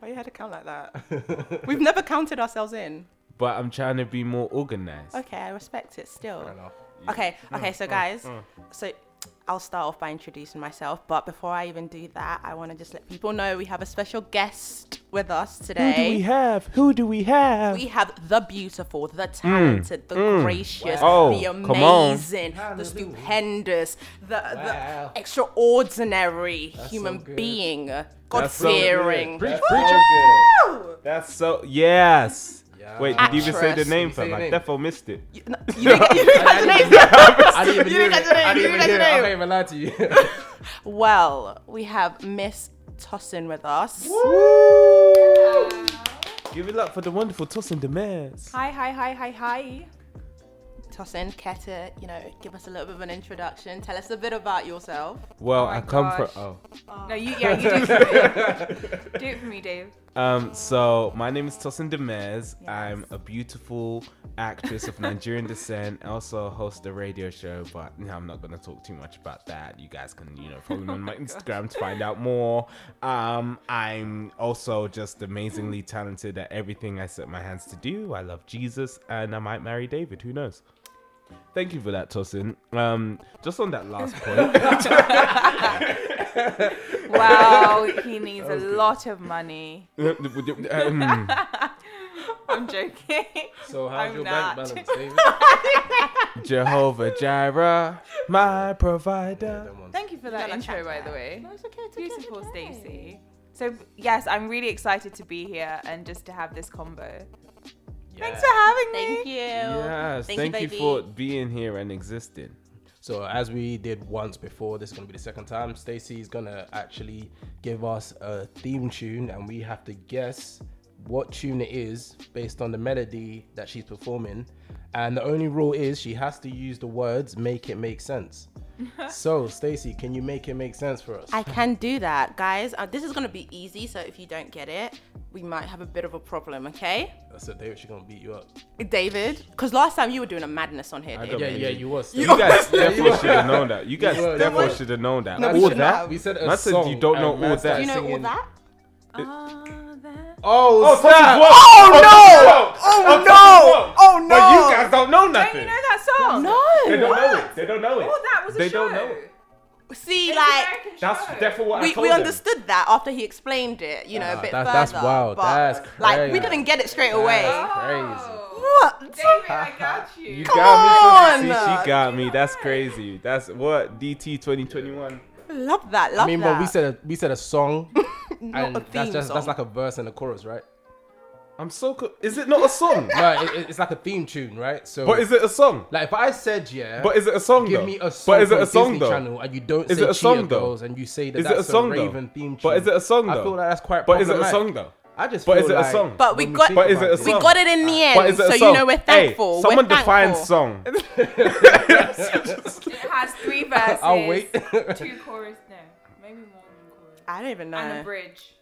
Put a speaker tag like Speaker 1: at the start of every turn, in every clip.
Speaker 1: Why you had to count like that? We've never counted ourselves in.
Speaker 2: But I'm trying to be more organized.
Speaker 1: Okay, I respect it still.
Speaker 3: Fair enough.
Speaker 1: Okay,
Speaker 2: Mm,
Speaker 1: okay, so guys, so I'll start off by introducing myself, but before I even do that, I want to just let people know we have a special guest with us
Speaker 2: Who do we
Speaker 1: today.
Speaker 2: have? Who do we have?
Speaker 1: We have the beautiful, the talented, the gracious,
Speaker 2: Mm, Wow.
Speaker 1: the
Speaker 2: Oh, come on.
Speaker 1: amazing, the stupendous, the,
Speaker 3: Wow.
Speaker 1: the extraordinary human
Speaker 3: good.
Speaker 1: being, God
Speaker 2: That's so good.
Speaker 1: fearing.
Speaker 2: Preach,
Speaker 3: That's
Speaker 2: preach
Speaker 3: so
Speaker 2: it. That's so yes.
Speaker 3: Yeah.
Speaker 2: Wait, did you even say the
Speaker 1: Actress.
Speaker 2: name
Speaker 3: Say
Speaker 2: first?
Speaker 3: the
Speaker 2: I
Speaker 3: name.
Speaker 2: definitely missed it.
Speaker 1: You, no, you didn't get- you didn't catch the name.
Speaker 3: I didn't even
Speaker 1: You
Speaker 3: hear
Speaker 1: didn't
Speaker 3: it.
Speaker 1: get the name,
Speaker 3: I
Speaker 1: you
Speaker 3: didn't even
Speaker 1: didn't
Speaker 3: hear
Speaker 1: get
Speaker 3: it.
Speaker 1: the
Speaker 3: I
Speaker 1: name.
Speaker 3: can't even lie to you.
Speaker 1: Well, we have Miss Tossin with us.
Speaker 2: Give it up for the wonderful Tosin Demers.
Speaker 4: Hi, hi, hi, hi, hi.
Speaker 1: Tossin, Keta, you know, give us a little bit of an introduction. Tell us a bit about yourself.
Speaker 2: Well,
Speaker 4: Oh my
Speaker 2: I come
Speaker 4: gosh.
Speaker 2: from. Oh.
Speaker 4: No, you, yeah, you do it for me. do it for me, Dave.
Speaker 2: Um, so my name is Tosin Demers. I'm a beautiful actress of Nigerian descent. I also host a radio show, but no, I'm not going to talk too much about that. You guys can, you know, follow me on my Instagram to find out more. Um, I'm also just amazingly talented at everything I set my hands to do. I love Jesus, and I might marry David. Who knows? Thank you for that, Tosin. Um, just on that last point.
Speaker 4: Wow, he needs a lot of money.
Speaker 2: Um,
Speaker 4: I'm joking.
Speaker 3: So how's
Speaker 4: I'm
Speaker 3: your
Speaker 4: not.
Speaker 3: bank balance, David?
Speaker 2: Jehovah Jireh, my provider.
Speaker 3: Them ones.
Speaker 4: Thank you for that
Speaker 1: No, no,
Speaker 4: intro,
Speaker 1: chat,
Speaker 4: by
Speaker 1: chat.
Speaker 4: the way.
Speaker 1: it's okay.
Speaker 4: Beautiful, Stacey. So, yes, I'm really excited to be here and just to have this combo. Thanks for
Speaker 3: Yeah.
Speaker 4: having me.
Speaker 1: Thank you.
Speaker 2: Yes, thank, you,
Speaker 1: baby.
Speaker 2: for being here and existing.
Speaker 3: So as we did once before, this is gonna be the second time. Stacy is gonna actually give us a theme tune, and we have to guess what tune it is based on the melody that she's performing. And the only rule is she has to use the words "make it make sense." so Stacy, can you make it make sense for us?
Speaker 1: I can do that, guys. Uh, this is gonna be easy. So if you don't get it, we might have a bit of a problem. Okay,
Speaker 3: That's it, David. She's gonna beat you up.
Speaker 1: David. Because last time you were doing a madness on here.
Speaker 2: I
Speaker 1: David.
Speaker 2: don't-
Speaker 3: Yeah,
Speaker 2: believe
Speaker 3: yeah,
Speaker 2: you.
Speaker 3: you was.
Speaker 2: You
Speaker 3: Stacy.
Speaker 2: guys therefore should have known that. You guys
Speaker 3: were-
Speaker 2: therefore
Speaker 3: No,
Speaker 2: should have known that.
Speaker 3: No, we
Speaker 2: all
Speaker 3: should
Speaker 2: that?
Speaker 3: have. We said a
Speaker 2: Man said you
Speaker 3: song
Speaker 2: don't
Speaker 3: and
Speaker 2: know all
Speaker 3: man
Speaker 2: that.
Speaker 3: started
Speaker 1: Do you know all
Speaker 3: singing-
Speaker 1: that?
Speaker 4: Ah, that-
Speaker 3: Oh,
Speaker 2: snap.
Speaker 3: snap.
Speaker 2: Oh,
Speaker 1: no!
Speaker 2: Oh
Speaker 1: no! Oh no!
Speaker 2: But you guys don't know
Speaker 4: Don't
Speaker 2: nothing.
Speaker 4: you know that
Speaker 1: Oh.
Speaker 4: song?
Speaker 2: They
Speaker 1: No.
Speaker 2: don't know it. They don't know it.
Speaker 4: Oh, that was a
Speaker 2: They
Speaker 4: show.
Speaker 2: don't know it.
Speaker 1: See,
Speaker 4: It's an
Speaker 1: like.
Speaker 4: American
Speaker 2: That's
Speaker 4: show.
Speaker 2: therefore what I
Speaker 1: We,
Speaker 2: told
Speaker 1: we
Speaker 2: them.
Speaker 1: understood that after he explained it, you know, a
Speaker 3: Ah,
Speaker 1: bit
Speaker 3: that's-
Speaker 1: further.
Speaker 3: that's wild.
Speaker 1: but,
Speaker 3: That's
Speaker 1: Like, we
Speaker 3: crazy.
Speaker 1: didn't get it straight away.
Speaker 3: That's
Speaker 1: What?
Speaker 4: Oh. David, I got you.
Speaker 3: You
Speaker 1: Come
Speaker 2: got me.
Speaker 1: on!
Speaker 2: See, she got me. That's crazy. That's what DT 2021.
Speaker 1: Love that. Love
Speaker 3: I mean,
Speaker 1: that.
Speaker 3: but we said a, we said a song,
Speaker 1: Not
Speaker 3: and
Speaker 1: a
Speaker 3: that's
Speaker 1: theme
Speaker 3: just
Speaker 1: song.
Speaker 3: that's like a verse and a chorus, right?
Speaker 2: I'm so. Co- is it not a song?
Speaker 3: No, it, it- it's like a theme tune, right? So,
Speaker 2: but is it a song?
Speaker 3: like if I said yeah,
Speaker 2: But is it a song
Speaker 3: give
Speaker 2: though?
Speaker 3: me a song
Speaker 2: but is it a
Speaker 3: from
Speaker 2: song
Speaker 3: Disney
Speaker 2: though?
Speaker 3: Channel, and you don't
Speaker 2: Is
Speaker 3: say
Speaker 2: it a song,
Speaker 3: Cheetah
Speaker 2: though?
Speaker 3: Girls, and you say that
Speaker 2: Is it a
Speaker 3: that's
Speaker 2: song, though?
Speaker 3: Raven theme tune.
Speaker 2: But is it a song,
Speaker 3: I
Speaker 2: though?
Speaker 3: feel like that's quite.
Speaker 2: But is it a song
Speaker 3: problematic.
Speaker 2: though?
Speaker 3: I just.
Speaker 2: But
Speaker 3: feel
Speaker 2: is it a
Speaker 3: like
Speaker 2: song?
Speaker 1: But we
Speaker 3: when
Speaker 1: got-
Speaker 3: think
Speaker 2: But is it
Speaker 3: about
Speaker 2: a
Speaker 1: We
Speaker 2: song?
Speaker 1: got it in the end,
Speaker 2: But is it
Speaker 1: so
Speaker 2: a
Speaker 1: you
Speaker 2: song?
Speaker 1: know we're
Speaker 2: Hey,
Speaker 1: thankful.
Speaker 2: someone
Speaker 1: we're
Speaker 2: define
Speaker 1: thankful.
Speaker 2: song.
Speaker 4: It has three verses.
Speaker 3: I'll wait.
Speaker 4: two chorus, no, maybe more than chorus.
Speaker 1: I don't even
Speaker 4: And a
Speaker 1: know.
Speaker 4: bridge.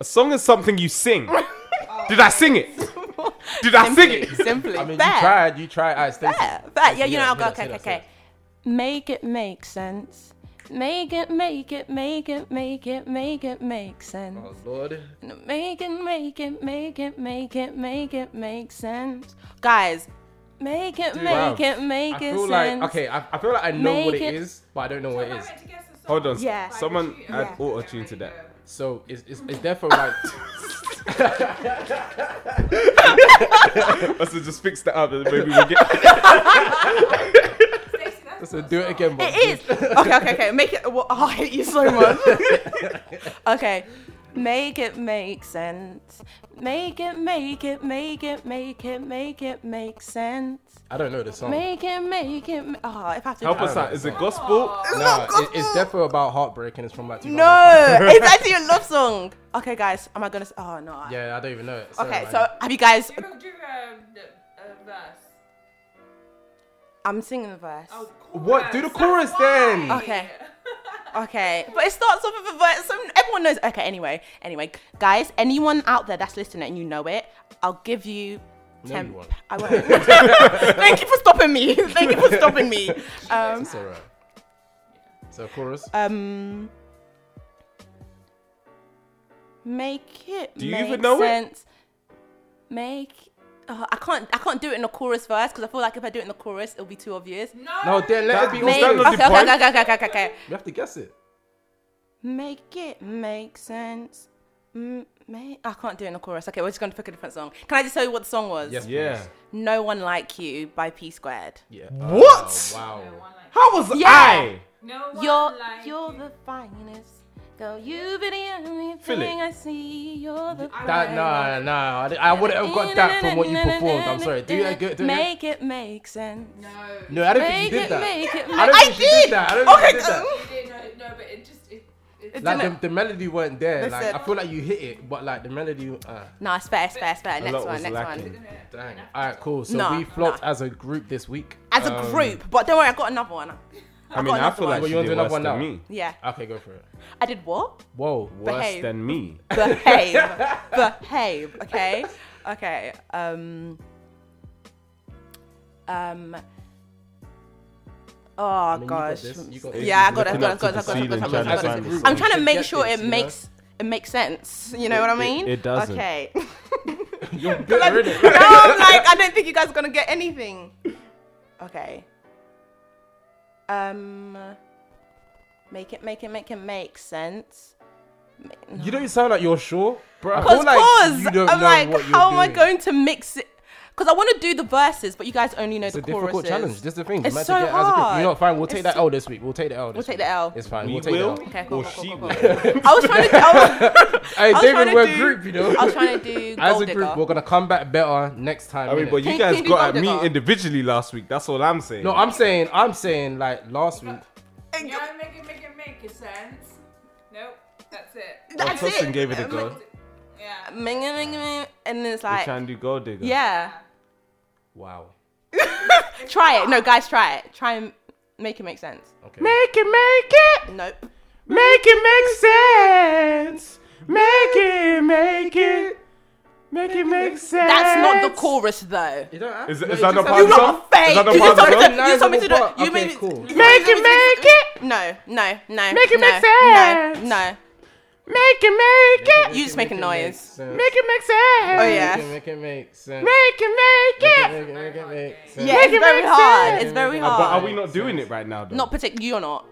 Speaker 2: A song is something you sing. Did I sing it? Did I sing
Speaker 1: simply,
Speaker 2: it?
Speaker 1: simply.
Speaker 3: I mean, you
Speaker 1: fair.
Speaker 3: tried. You tried. I Stacy.
Speaker 1: fair. Fair. Yeah, you
Speaker 3: Yeah,
Speaker 1: know, I'll
Speaker 3: say
Speaker 1: go.
Speaker 3: that,
Speaker 1: Okay,
Speaker 3: say
Speaker 1: okay,
Speaker 3: that, say
Speaker 1: okay. Make it make sense. Make it, make it, make it, make it, make it make sense.
Speaker 3: Oh Lord.
Speaker 1: Make it, make it, make it, make it, make it make sense. Guys, make it,
Speaker 3: Wow.
Speaker 1: make it, make
Speaker 3: I
Speaker 1: it
Speaker 3: feel
Speaker 1: sense.
Speaker 3: like okay. I, I feel like I know what
Speaker 1: Make it-
Speaker 3: it is, but I don't know what it
Speaker 4: Am I
Speaker 3: is.
Speaker 4: meant to guess the song?
Speaker 2: Hold on.
Speaker 1: Yeah.
Speaker 4: By the
Speaker 2: Someone
Speaker 4: tune?
Speaker 2: add
Speaker 4: Yeah.
Speaker 2: auto tune to
Speaker 4: There you
Speaker 2: that.
Speaker 3: So it's it's, it's therefore like.
Speaker 2: Let's just fix that up and maybe we get.
Speaker 4: go. Stacey, that's
Speaker 3: So
Speaker 4: not a
Speaker 3: do it
Speaker 4: song.
Speaker 3: again. Bob.
Speaker 1: It is. Okay, okay, okay. Make it. Well, oh, I hate you so much. okay. Make it make sense. Make it, make it, make it, make it, make it make sense.
Speaker 3: I don't know the song.
Speaker 1: Make it, make it. ma- Oh, if I have to.
Speaker 2: Help
Speaker 1: do-
Speaker 2: us out. Is it gospel?
Speaker 3: No, it, it's definitely about heartbreak and it's from like 2005.
Speaker 1: No, it's actually a love song. Okay, guys. Am I gonna? s- Oh no.
Speaker 3: Yeah, I don't even know it. Sorry,
Speaker 1: Okay,
Speaker 3: man.
Speaker 1: so have you guys?
Speaker 4: Do, um, do a, a verse.
Speaker 1: I'm singing the verse.
Speaker 4: Oh, chorus.
Speaker 3: What? Do the chorus
Speaker 4: That's
Speaker 3: then.
Speaker 4: why.
Speaker 1: Okay. Okay, but it starts off with a verse. So everyone knows. Okay, anyway, anyway, guys, anyone out there that's listening and you know it, I'll give you.
Speaker 3: No,
Speaker 1: Ten,
Speaker 3: you won't.
Speaker 1: I won't. Thank you for stopping me. Thank you for stopping me. Um,
Speaker 3: It's alright. So chorus.
Speaker 1: um, Make it
Speaker 2: Do you
Speaker 1: make
Speaker 2: even know it?
Speaker 1: sense. Make. Oh, I can't. I can't do it in the chorus verse because I feel like if I do it in the chorus, it'll be too obvious.
Speaker 3: No, then let
Speaker 2: That-
Speaker 3: it be.
Speaker 2: was
Speaker 1: Make,
Speaker 2: that
Speaker 1: okay,
Speaker 2: not the
Speaker 1: okay,
Speaker 2: point?
Speaker 1: okay, okay, okay, okay, okay.
Speaker 3: You have to guess it.
Speaker 1: Make it make sense. M- make, I can't do it in the chorus. Okay, we're just going to pick a different song. Can I just tell you what the song was?
Speaker 3: Yes.
Speaker 2: Yeah.
Speaker 1: No one like you by P Squared.
Speaker 3: Yeah.
Speaker 2: What?
Speaker 3: Oh,
Speaker 4: No
Speaker 3: wow.
Speaker 4: one like
Speaker 2: How was
Speaker 1: Yeah.
Speaker 2: I?
Speaker 4: No one
Speaker 1: You're
Speaker 4: like
Speaker 1: you're
Speaker 4: you.
Speaker 1: the finest. Girl, you've been the only
Speaker 2: Feel it.
Speaker 1: thing I see. You're the
Speaker 3: That nah nah. I, di- I wouldn't have got that from what you performed. I'm sorry. Do it. Do it. again.
Speaker 1: Make it make sense.
Speaker 4: No.
Speaker 3: No, I don't
Speaker 1: Make
Speaker 3: think you did
Speaker 1: it
Speaker 3: that.
Speaker 1: make it
Speaker 3: I
Speaker 1: make
Speaker 3: don't think you did that. I don't think
Speaker 1: Okay,
Speaker 3: you did that.
Speaker 4: You did, no, no, but it just. It, it,
Speaker 1: It's
Speaker 3: Like the, the melody weren't there. Like
Speaker 1: Listen.
Speaker 3: I feel like you hit it, but like the melody. Uh,
Speaker 1: No, it's fair, it's fair, it's fair.
Speaker 2: A
Speaker 1: Next
Speaker 2: lot
Speaker 1: one,
Speaker 2: was
Speaker 1: next
Speaker 2: lacking.
Speaker 1: one.
Speaker 3: dang. All right, cool. So
Speaker 1: Nah,
Speaker 3: we flopped as a group this week.
Speaker 1: As a
Speaker 3: Um,
Speaker 1: group, but don't worry, I got another one.
Speaker 2: I mean,
Speaker 1: got
Speaker 2: I
Speaker 1: another
Speaker 2: feel
Speaker 1: one.
Speaker 2: like she
Speaker 3: Well, you wanna do
Speaker 2: did
Speaker 3: another
Speaker 2: worse
Speaker 3: one
Speaker 2: than
Speaker 3: now?
Speaker 2: me.
Speaker 1: Yeah.
Speaker 3: Okay, go for it.
Speaker 1: I did what?
Speaker 3: Whoa.
Speaker 2: Worse
Speaker 1: Behave.
Speaker 2: than me.
Speaker 1: Behave. Behave. Okay. Okay. Um. Um. Oh
Speaker 3: mean, you got
Speaker 1: gosh.
Speaker 3: this, you got this.
Speaker 1: Yeah, I
Speaker 2: He's
Speaker 1: got it. I
Speaker 2: looking
Speaker 1: got it. I
Speaker 2: up to
Speaker 1: got it. I got it. I got
Speaker 2: the
Speaker 1: it, I
Speaker 2: ceiling,
Speaker 1: got it. I got
Speaker 2: trying
Speaker 1: it.
Speaker 2: to find
Speaker 1: I'm
Speaker 2: this
Speaker 1: trying to
Speaker 3: one.
Speaker 1: make
Speaker 3: Get
Speaker 1: sure
Speaker 3: this,
Speaker 1: it
Speaker 3: you know?
Speaker 1: makes it makes sense. You know what I mean?
Speaker 2: it doesn't.
Speaker 1: Okay. no,
Speaker 3: You're bitter, innit?
Speaker 1: I'm like I don't think you guys are gonna get anything. Okay. Um. Make it, make it, make it make sense.
Speaker 3: You don't sound like you're sure, bro. I
Speaker 1: Cause,
Speaker 3: feel like
Speaker 1: cause
Speaker 3: you don't
Speaker 1: I'm
Speaker 3: know
Speaker 1: like,
Speaker 3: what you're
Speaker 1: how am I
Speaker 3: doing.
Speaker 1: going to mix it? Because I want to do the verses, but you guys only know
Speaker 3: It's
Speaker 1: the
Speaker 3: a difficult
Speaker 1: choruses.
Speaker 3: challenge. That's the thing.
Speaker 1: It's
Speaker 3: Managed
Speaker 1: so
Speaker 3: to get it as a group.
Speaker 1: hard.
Speaker 3: You know, fine. We'll take
Speaker 1: It's
Speaker 3: that
Speaker 1: so-
Speaker 3: L this week. We'll take the L. This
Speaker 1: We'll take
Speaker 3: week.
Speaker 1: the L.
Speaker 3: It's fine.
Speaker 2: We
Speaker 3: we'll take
Speaker 2: will.
Speaker 3: the L.
Speaker 1: Okay,
Speaker 2: Or
Speaker 1: cool, cool, cool,
Speaker 2: she
Speaker 1: cool,
Speaker 2: will.
Speaker 1: cool. I was trying to. I was, I
Speaker 3: Hey,
Speaker 1: was trying
Speaker 3: David,
Speaker 1: to
Speaker 3: we're a
Speaker 1: do-
Speaker 3: group, you know.
Speaker 1: I was trying to do
Speaker 3: As
Speaker 1: gold
Speaker 3: a group,
Speaker 1: digger.
Speaker 3: we're gonna come back better next time.
Speaker 2: I mean,
Speaker 3: innit?
Speaker 2: but you
Speaker 1: Can-
Speaker 2: guys
Speaker 1: can you do
Speaker 2: got at me
Speaker 1: Goldigger?
Speaker 2: individually last week. That's all I'm saying.
Speaker 3: no, I'm saying, I'm saying, like last week.
Speaker 4: No, make it, make it, make it sense. Nope, that's it.
Speaker 1: That's
Speaker 2: Tosin
Speaker 1: it.
Speaker 2: gave it a
Speaker 1: Um,
Speaker 2: go.
Speaker 4: Yeah.
Speaker 1: ming- ming- ming, And then it's
Speaker 2: We're
Speaker 1: like,
Speaker 2: trying to do gold digger.
Speaker 1: yeah,
Speaker 3: Wow.
Speaker 1: try it. No, guys, try it. Try and make it make sense.
Speaker 3: Okay.
Speaker 2: Make it, make it,
Speaker 1: Nope.
Speaker 2: make it make sense. Make it, make it, make it make sense.
Speaker 1: That's not the chorus though.
Speaker 3: You don't have
Speaker 2: Is,
Speaker 3: to-
Speaker 2: is
Speaker 3: it's
Speaker 2: that not
Speaker 3: just
Speaker 2: part of the
Speaker 1: You
Speaker 2: song?
Speaker 1: lot are
Speaker 2: Is
Speaker 1: fake.
Speaker 2: that not
Speaker 1: You
Speaker 2: part
Speaker 1: just
Speaker 2: of the
Speaker 1: told me
Speaker 2: song?
Speaker 1: to. You told me to do it.
Speaker 3: Okay,
Speaker 1: You made me.
Speaker 3: cool.
Speaker 1: you
Speaker 2: Make
Speaker 1: made
Speaker 2: it,
Speaker 1: me-
Speaker 2: make it,
Speaker 1: No, no, no.
Speaker 2: Make it
Speaker 1: no,
Speaker 2: make sense.
Speaker 1: No, no.
Speaker 2: make it, make it,
Speaker 1: You just making
Speaker 3: Make it make
Speaker 1: noise.
Speaker 3: sense.
Speaker 2: make it make sense.
Speaker 1: Oh, yeah.
Speaker 3: Make it make it make sense.
Speaker 1: Oh,
Speaker 2: Make it, make it.
Speaker 3: Make it make it make sense.
Speaker 1: Yeah,
Speaker 2: Make
Speaker 1: it's
Speaker 2: it
Speaker 1: very
Speaker 2: make
Speaker 1: hard.
Speaker 2: sense.
Speaker 1: It's very
Speaker 3: But
Speaker 2: But are
Speaker 1: hard.
Speaker 2: we not doing it right now? Though?
Speaker 1: Not particular. You're not.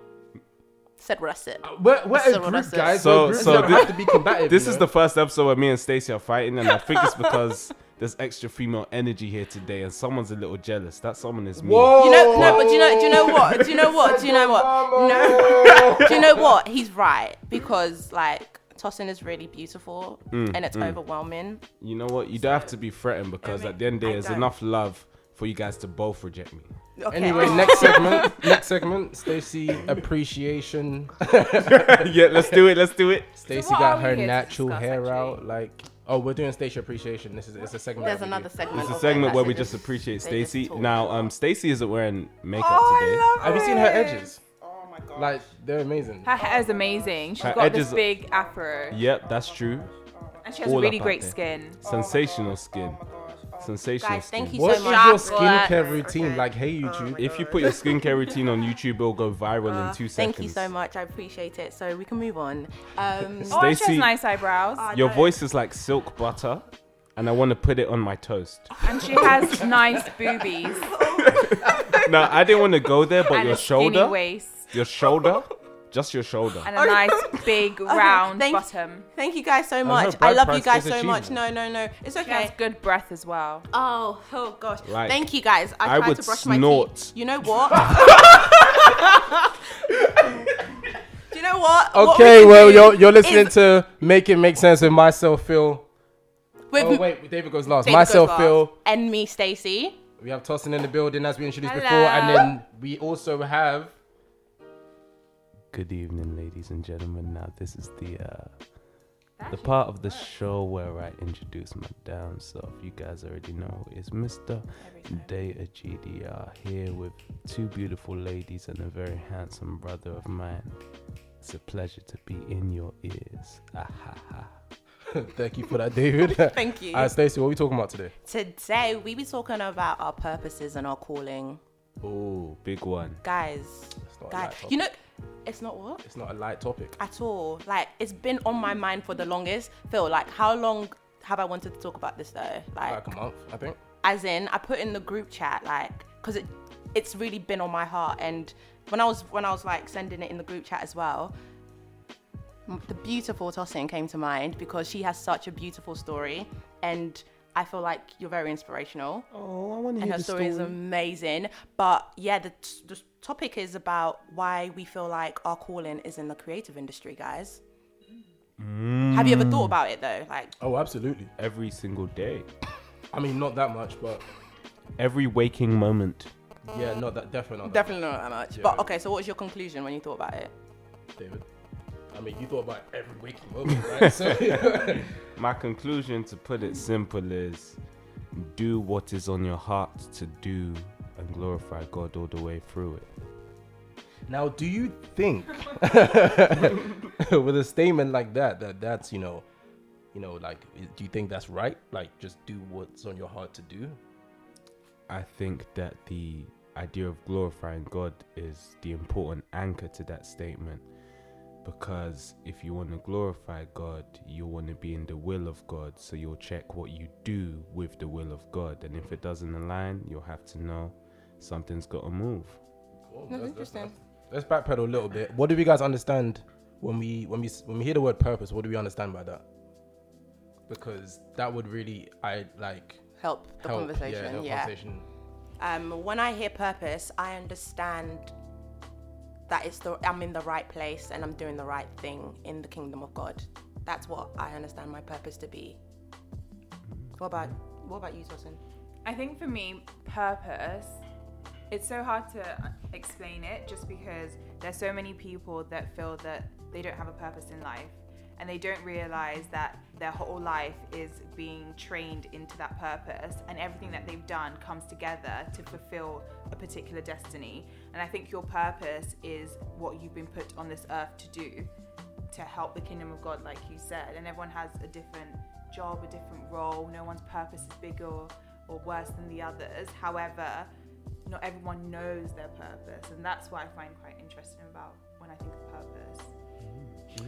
Speaker 1: Said what I said.
Speaker 3: We're, we're
Speaker 1: That's
Speaker 3: a
Speaker 1: so what I
Speaker 3: group,
Speaker 1: said.
Speaker 3: guys.
Speaker 2: So-
Speaker 3: So, we
Speaker 2: so
Speaker 3: so
Speaker 2: thi-
Speaker 3: have to be combative.
Speaker 2: This
Speaker 3: you
Speaker 2: is
Speaker 3: know?
Speaker 2: the first episode where me and Stacey are fighting, and I think it's because there's extra female energy here today, and someone's a little jealous. That someone is me.
Speaker 3: Whoa.
Speaker 1: You know, no, but do you know, do you know what? Do you know what? Do you know what? No, do you know what? He's right because like Tosin is really beautiful
Speaker 2: Mm,
Speaker 1: and it's overwhelming.
Speaker 2: You know what? You don't have to be threatened because at the end of the day,
Speaker 1: I
Speaker 2: there's
Speaker 1: don't.
Speaker 2: enough love for you guys to both reject me.
Speaker 1: Okay.
Speaker 3: Anyway, next segment. Next segment. Stacey appreciation.
Speaker 2: yeah, let's do it. Let's do it.
Speaker 3: Stacey
Speaker 4: what
Speaker 3: got
Speaker 4: are we
Speaker 3: her
Speaker 4: here to
Speaker 3: natural
Speaker 4: discuss,
Speaker 3: hair
Speaker 4: actually?
Speaker 3: out. Like, oh, we're doing Stacey appreciation. This is it's a segment.
Speaker 1: there's
Speaker 3: that we
Speaker 1: another
Speaker 3: do.
Speaker 1: segment.
Speaker 2: It's a
Speaker 1: of
Speaker 2: segment
Speaker 1: that
Speaker 2: where
Speaker 1: they
Speaker 2: we
Speaker 1: just-
Speaker 2: just appreciate
Speaker 1: they just
Speaker 2: Stacey.
Speaker 1: talk.
Speaker 2: Now, um, Stacey isn't wearing makeup
Speaker 4: Oh,
Speaker 2: today.
Speaker 4: I love
Speaker 3: Have you seen her
Speaker 4: it.
Speaker 3: edges? Like, they're amazing.
Speaker 4: Her hair is amazing. She's
Speaker 2: Her
Speaker 4: got
Speaker 2: edges-
Speaker 4: this big afro,
Speaker 2: Yep, that's true.
Speaker 4: and she has
Speaker 2: all
Speaker 4: really
Speaker 2: up out
Speaker 4: great
Speaker 2: there.
Speaker 4: skin.
Speaker 2: Sensational skin. Sensational
Speaker 1: Guys,
Speaker 2: skin.
Speaker 1: thank you so
Speaker 3: What is
Speaker 1: much.
Speaker 3: your
Speaker 1: Shock
Speaker 3: skincare
Speaker 1: work.
Speaker 3: routine? Like, hey YouTube.
Speaker 2: If you put your skincare routine on YouTube, it'll go viral in two seconds.
Speaker 1: Uh, Thank you so much. I appreciate it. So we can move on. Um,
Speaker 4: Oh, and she
Speaker 2: Stacey-
Speaker 4: has nice eyebrows,
Speaker 2: Your voice is like silk butter, and I want to put it on my toast.
Speaker 4: and she has nice boobies
Speaker 2: No, I didn't want to go there, but
Speaker 4: and
Speaker 2: your
Speaker 4: a skinny
Speaker 2: shoulder,
Speaker 4: waist
Speaker 2: your shoulder, just your shoulder.
Speaker 4: and a nice big round
Speaker 1: thank-
Speaker 4: bottom.
Speaker 1: Thank you guys so
Speaker 2: not
Speaker 1: much.
Speaker 2: bad
Speaker 1: I love you
Speaker 2: price
Speaker 1: guys
Speaker 2: is
Speaker 1: so much. No,
Speaker 2: achievement.
Speaker 1: no, no. It's
Speaker 4: She has
Speaker 1: okay.
Speaker 4: good breath as well.
Speaker 1: Oh, oh gosh.
Speaker 2: Like,
Speaker 1: Thank you guys. I,
Speaker 2: I
Speaker 1: tried
Speaker 2: would
Speaker 1: to brush my
Speaker 2: snort.
Speaker 1: teeth. You know what? do you know what? Oh, What we
Speaker 3: Okay,
Speaker 1: can
Speaker 3: well,
Speaker 1: do
Speaker 3: you're, you're listening
Speaker 1: is-
Speaker 3: to Make It Make Sense with myself, Phil.
Speaker 1: with
Speaker 3: Oh, wait, David goes last.
Speaker 1: David
Speaker 3: myself,
Speaker 1: Goldfarb
Speaker 3: Phil.
Speaker 1: and me, Stacey.
Speaker 3: We have Tosin in the building as we introduced before,
Speaker 4: Hello.
Speaker 3: and then we also have.
Speaker 2: Good evening, ladies and gentlemen. Now this is the uh, the part of the show where I introduce my damn self. You guys already know it's Mr. Data GDR here with two beautiful ladies and a very handsome brother of mine. It's a pleasure to be in your ears. Ah, ha, ha.
Speaker 3: Thank you for that, David.
Speaker 1: Thank you.
Speaker 3: All right, Stacey, what are we talking about today?
Speaker 1: Today we be talking about our purposes and our calling,
Speaker 2: Oh, big one.
Speaker 1: guys.
Speaker 3: It's not a
Speaker 1: Guys,
Speaker 3: laptop.
Speaker 1: you know, It's not what?
Speaker 3: It's not a light topic.
Speaker 1: At all. Like, it's been on my mind for the longest. Phil, like, how long have I wanted to talk about this though? Like,
Speaker 3: Like a month, I think.
Speaker 1: as in I put in the group chat like because it it's really been on my heart and when I was when I was like sending it in the group chat as well m- the beautiful Tosin came to mind because she has such a beautiful story and I feel like you're very inspirational
Speaker 2: Oh, I want to
Speaker 1: and
Speaker 2: hear
Speaker 1: her
Speaker 2: the
Speaker 1: story
Speaker 2: story.
Speaker 1: is amazing but yeah the, t- the topic is about why we feel like our calling is in the creative industry guys have you ever thought
Speaker 2: Mm.
Speaker 1: about it though like
Speaker 3: Oh, absolutely.
Speaker 2: Every single day,
Speaker 3: I mean, not that much, but
Speaker 2: every waking moment.
Speaker 3: yeah,
Speaker 1: Mm.
Speaker 3: not that definitely not.
Speaker 1: definitely not that much but okay so what was your conclusion when you thought about it
Speaker 3: That, David. I mean, you thought about every waking moment, right? So
Speaker 2: My conclusion, to put it simple, is do what is on your heart to do and glorify God all the way through it.
Speaker 3: now, do you think with a statement like that that that's you know, you know, like, do you think that's right? Like, just do what's on your heart to do.
Speaker 2: I think that the idea of glorifying God is the important anchor to that statement because if you want to glorify God, you want to be in the will of God, so you'll check what you do with the will of God, and if it doesn't align, you'll have to know something's got to move.
Speaker 1: That's interesting.
Speaker 3: Let's backpedal a little bit. What do we guys understand when we when we when we hear the word purpose? What do we understand by that? Because that would really I like
Speaker 1: Help the
Speaker 3: help, Yeah,
Speaker 1: conversation. Yeah.
Speaker 3: help conversation.
Speaker 1: Um, when I hear purpose, I understand that it's the I'm in the right place and I'm doing the right thing in the kingdom of God. That's what I understand my purpose to be. What about what about you, Tosin?
Speaker 4: I think for me, purpose, it's so hard to uh, explain it just because there's so many people that feel that they don't have a purpose in life and they don't realize that their whole life is being trained into that purpose and everything that they've done comes together to fulfill a particular destiny. And I think your purpose is what you've been put on this earth to do to help the kingdom of God, like you said. And everyone has a different job, a different role. No one's purpose is bigger or, or worse than the others. However, not everyone knows their purpose, and that's what I find quite interesting about when I think of purpose.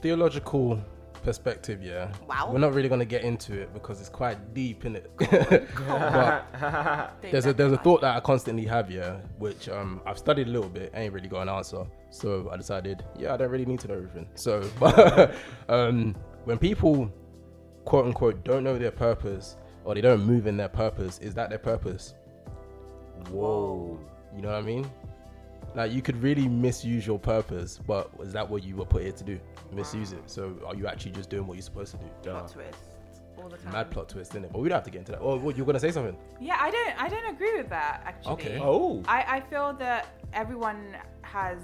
Speaker 3: Theological perspective, yeah.
Speaker 1: Wow.
Speaker 3: We're not really gonna get into it because it's quite deep in it. but there's a there's a thought that I constantly have, yeah, which um I've studied a little bit, ain't really got an answer. So I decided, yeah, I don't really need to know everything. So um when people quote unquote don't know their purpose or they don't move in their purpose, is that their purpose? Whoa. You know what I mean? Like you could really misuse your purpose, but is that what you were put here to do? Misuse it. So are you actually just doing what you're supposed to do?
Speaker 1: plot twist all the time.
Speaker 3: Mad plot twist, innit? But we don't have to get into that. Oh, what, you're gonna say something?
Speaker 4: Yeah, I don't, I don't agree with that actually.
Speaker 3: Okay.
Speaker 2: Oh,
Speaker 4: I, I feel that everyone has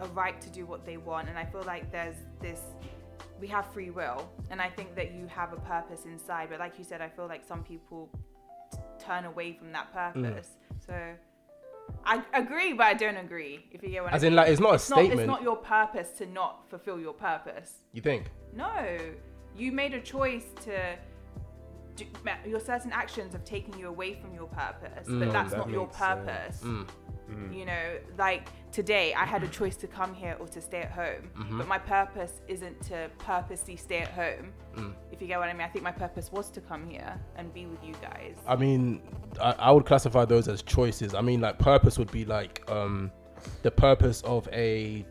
Speaker 4: a right to do what they want, and I feel like there's this we have free will, and I think that you have a purpose inside. But like you said, I feel like some people t- turn away from that
Speaker 3: Mm.
Speaker 4: purpose. So I agree, but I don't agree. If you get what
Speaker 3: As
Speaker 4: I mean,
Speaker 3: in, like, it's not a
Speaker 4: it's Not,
Speaker 3: statement.
Speaker 4: it's not your purpose to not fulfill your purpose.
Speaker 3: You think?
Speaker 4: No, you made a choice to. Do, your certain actions have taken you away from your purpose, but that's
Speaker 2: that
Speaker 4: not your
Speaker 2: makes sense. Mm.
Speaker 4: purpose. You know, like today, I had a choice to come here or to stay at home, but my purpose isn't to purposely stay at home. If you get what I mean, I think my purpose was to come here and be with you guys.
Speaker 3: I mean, I, I would classify those as choices. I mean, like purpose would be like um, the purpose of a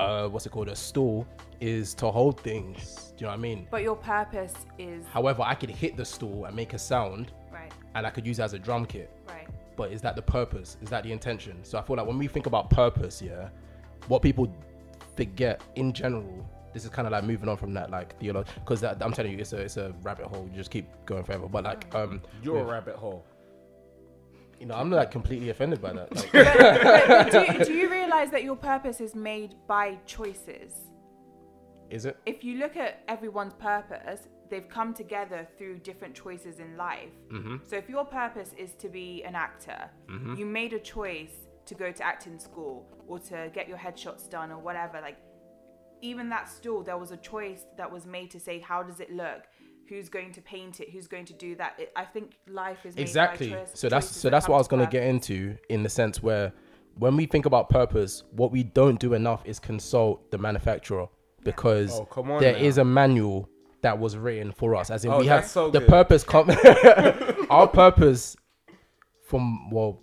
Speaker 3: uh, what's it called a stool is to hold things. Do you know what I mean?
Speaker 4: But your purpose is
Speaker 3: However, I could hit the stool and make a sound,
Speaker 4: right,
Speaker 3: and I could use it as a drum kit.
Speaker 4: right.
Speaker 3: But is that the purpose? Is that the intention? So I feel like when we think about purpose, yeah, what people forget in general. This is kind of like moving on from that, like theology, because I'm telling you, it's a it's a rabbit hole. You just keep going forever. But like, um,
Speaker 2: you're a rabbit hole.
Speaker 3: you know, I'm like completely offended by that. Like,
Speaker 4: but do, do you realize that your purpose is made by choices?
Speaker 3: is it?
Speaker 4: if you look at everyone's purpose, they've come together through different choices in life.
Speaker 3: Mm-hmm.
Speaker 4: So if your purpose is to be an actor, you made a choice to go to acting school or to get your headshots done or whatever. Like even that stool, there was a choice that was made to say, how does it look? Who's going to paint it? Who's going to do that? It, I think life is made by
Speaker 3: exactly
Speaker 4: choice-
Speaker 3: so that's
Speaker 4: choices
Speaker 3: so
Speaker 4: that
Speaker 3: that's
Speaker 4: come
Speaker 3: what i was going to
Speaker 4: together.
Speaker 3: get into in the sense where when we think about purpose, what we don't do enough is consult the manufacturer because
Speaker 2: Oh, come on
Speaker 3: there
Speaker 2: now.
Speaker 3: is a manual that was written for us. As in,
Speaker 2: Oh,
Speaker 3: we have
Speaker 2: that's so
Speaker 3: the
Speaker 2: good.
Speaker 3: purpose. Com- our purpose, from well,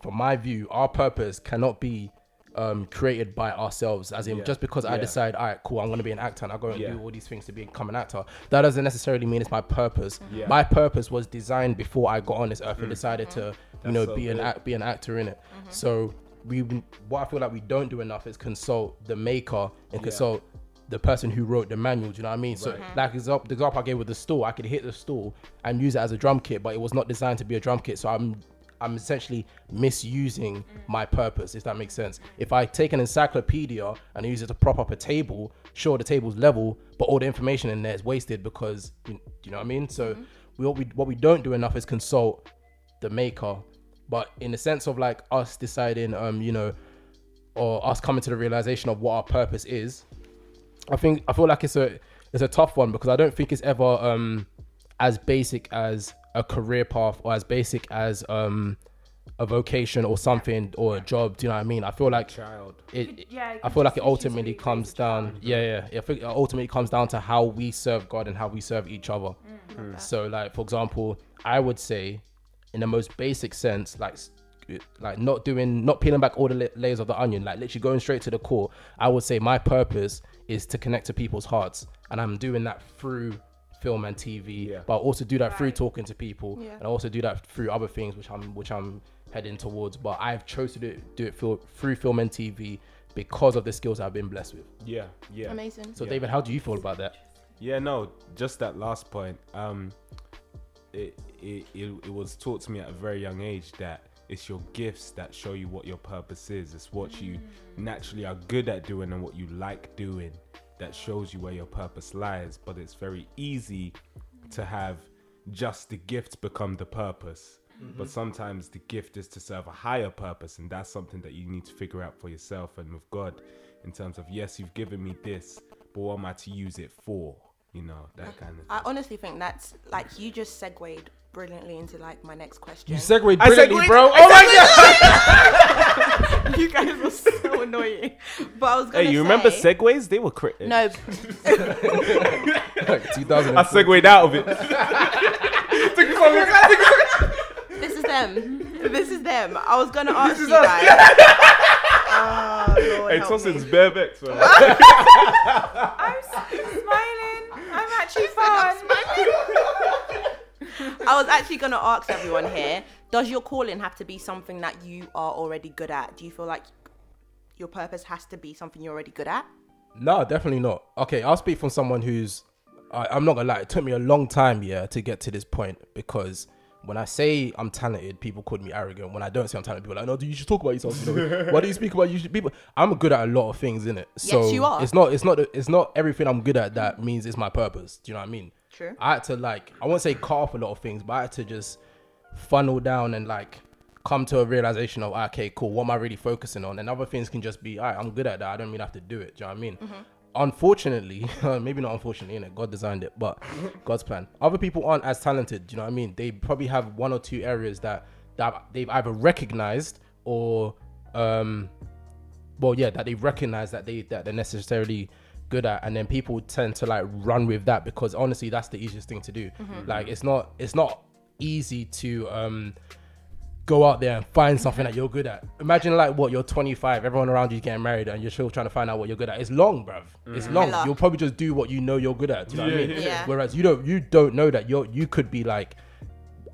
Speaker 3: from my view, our purpose cannot be um, created by ourselves. As in, just because I
Speaker 2: Yeah.
Speaker 3: decide, all right, cool, I'm gonna be an actor and I go and
Speaker 2: Yeah.
Speaker 3: do all these things to become an actor. That doesn't necessarily mean it's my purpose.
Speaker 2: Yeah. Mm.
Speaker 3: My purpose was designed before I got on this earth and decided to, you know,
Speaker 2: so
Speaker 3: be an
Speaker 2: good.
Speaker 3: act, be an actor in it. So we, what I feel like we don't do enough is consult the maker and consult the person who wrote the manual. Do you know what I mean? So like example, the example I gave with the stool, I could hit the stool and use it as a drum kit, but it was not designed to be a drum kit. So I'm I'm essentially misusing my purpose, if that makes sense. If I take an encyclopedia and use it to prop up a table, sure the table's level, but all the information in there is wasted because you, you know what I mean. So we, what we what we don't do enough is consult the maker but in the sense of like us deciding um you know or us coming to the realization of what our purpose is i think i feel like it's a it's a tough one because i don't think it's ever um as basic as a career path or as basic as um a vocation or something or a job do you know what i mean i feel like
Speaker 2: Child.
Speaker 3: it,
Speaker 4: Yeah, it
Speaker 3: I
Speaker 4: could
Speaker 3: feel like it
Speaker 4: just- it's just
Speaker 3: ultimately
Speaker 4: really
Speaker 3: comes
Speaker 4: basic
Speaker 3: down. Yeah, yeah. I think it ultimately comes down to how we serve God and how we serve each other. So, like for example, I would say, in the most basic sense, like s- like not doing, not peeling back all the la- layers of the onion, like literally going straight to the core. I would say my purpose is to connect to people's hearts, and I'm doing that through film and TV,
Speaker 2: Yeah.
Speaker 3: but I also do that through talking to people,
Speaker 1: Yeah.
Speaker 3: and I also do that through other things which I'm which I'm heading towards. But I've chosen to do, do it through, through film and TV because of the skills I've been blessed with.
Speaker 2: Yeah, yeah.
Speaker 1: Amazing.
Speaker 3: So, David, how do you feel about that?
Speaker 2: Yeah, no, just that last point. Um, it, it it it was taught to me at a very young age that it's your gifts that show you what your purpose is. It's what you
Speaker 1: Mm.
Speaker 2: naturally are good at doing and what you like doing that shows you where your purpose lies. But it's very easy to have just the gift become the purpose. But sometimes the gift is to serve a higher purpose, and that's something that you need to figure out for yourself and with God in terms of yes, you've given me this, but what am I to use it for? You know, that kind of
Speaker 1: I honestly think that's like you just segued brilliantly into like my next question.
Speaker 3: Segway
Speaker 2: I
Speaker 3: brilliantly,
Speaker 2: segued-
Speaker 3: bro.
Speaker 2: I
Speaker 3: Oh my god.
Speaker 1: you guys were so annoying. But I was gonna
Speaker 2: Hey, you remember
Speaker 1: say,
Speaker 2: segways? They were crit.
Speaker 1: no,
Speaker 3: 2000.
Speaker 2: I segued out of it.
Speaker 1: this is them. This is them. I was gonna ask you guys. oh, Lord,
Speaker 2: hey,
Speaker 1: help me.
Speaker 2: Tosin's bareback, so
Speaker 4: I'm s- smiling. I'm actually fun.
Speaker 1: I was actually gonna ask everyone here: Does your calling have to be something that you are already good at? Do you feel like your purpose has to be something you're already good at?
Speaker 3: No, definitely not. Okay, I'll speak from someone who's. I, I'm not gonna lie. It took me a long time, yeah, to get to this point because when I say I'm talented, people call me arrogant. When I don't say I'm talented, people are like, no, dude, you should talk about yourself. You know? Why do you speak about you should people? I'm good at a lot of things, innit? So
Speaker 1: you are.
Speaker 3: It's not. It's not. It's not everything I'm good at that means it's my purpose. Do you know what I mean?
Speaker 1: True.
Speaker 3: I had to like. I won't say cut off a lot of things, but I had to just funnel down and like come to a realization of "Ah, okay, cool, what am I really focusing on? And other things can just be, all right, I'm good at that. I don't mean I have to do it. Do you know what I mean? Unfortunately, maybe not unfortunately, innit? God designed it, but God's plan. Other people aren't as talented. Do you know what I mean? They probably have one or two areas that that they've either recognized or um well yeah that they recognize that they that they're necessarily good at and then people tend to like run with that because honestly that's the easiest thing to do like it's not it's not easy to um go out there and find something that you're good at imagine like what you're 25 everyone around you's getting married and you're still trying to find out what you're good at it's long bruv it's long
Speaker 1: Hella.
Speaker 3: you'll probably just do what you know you're good at do you know what i mean
Speaker 1: Yeah.
Speaker 3: whereas you don't you don't know that you're you could be like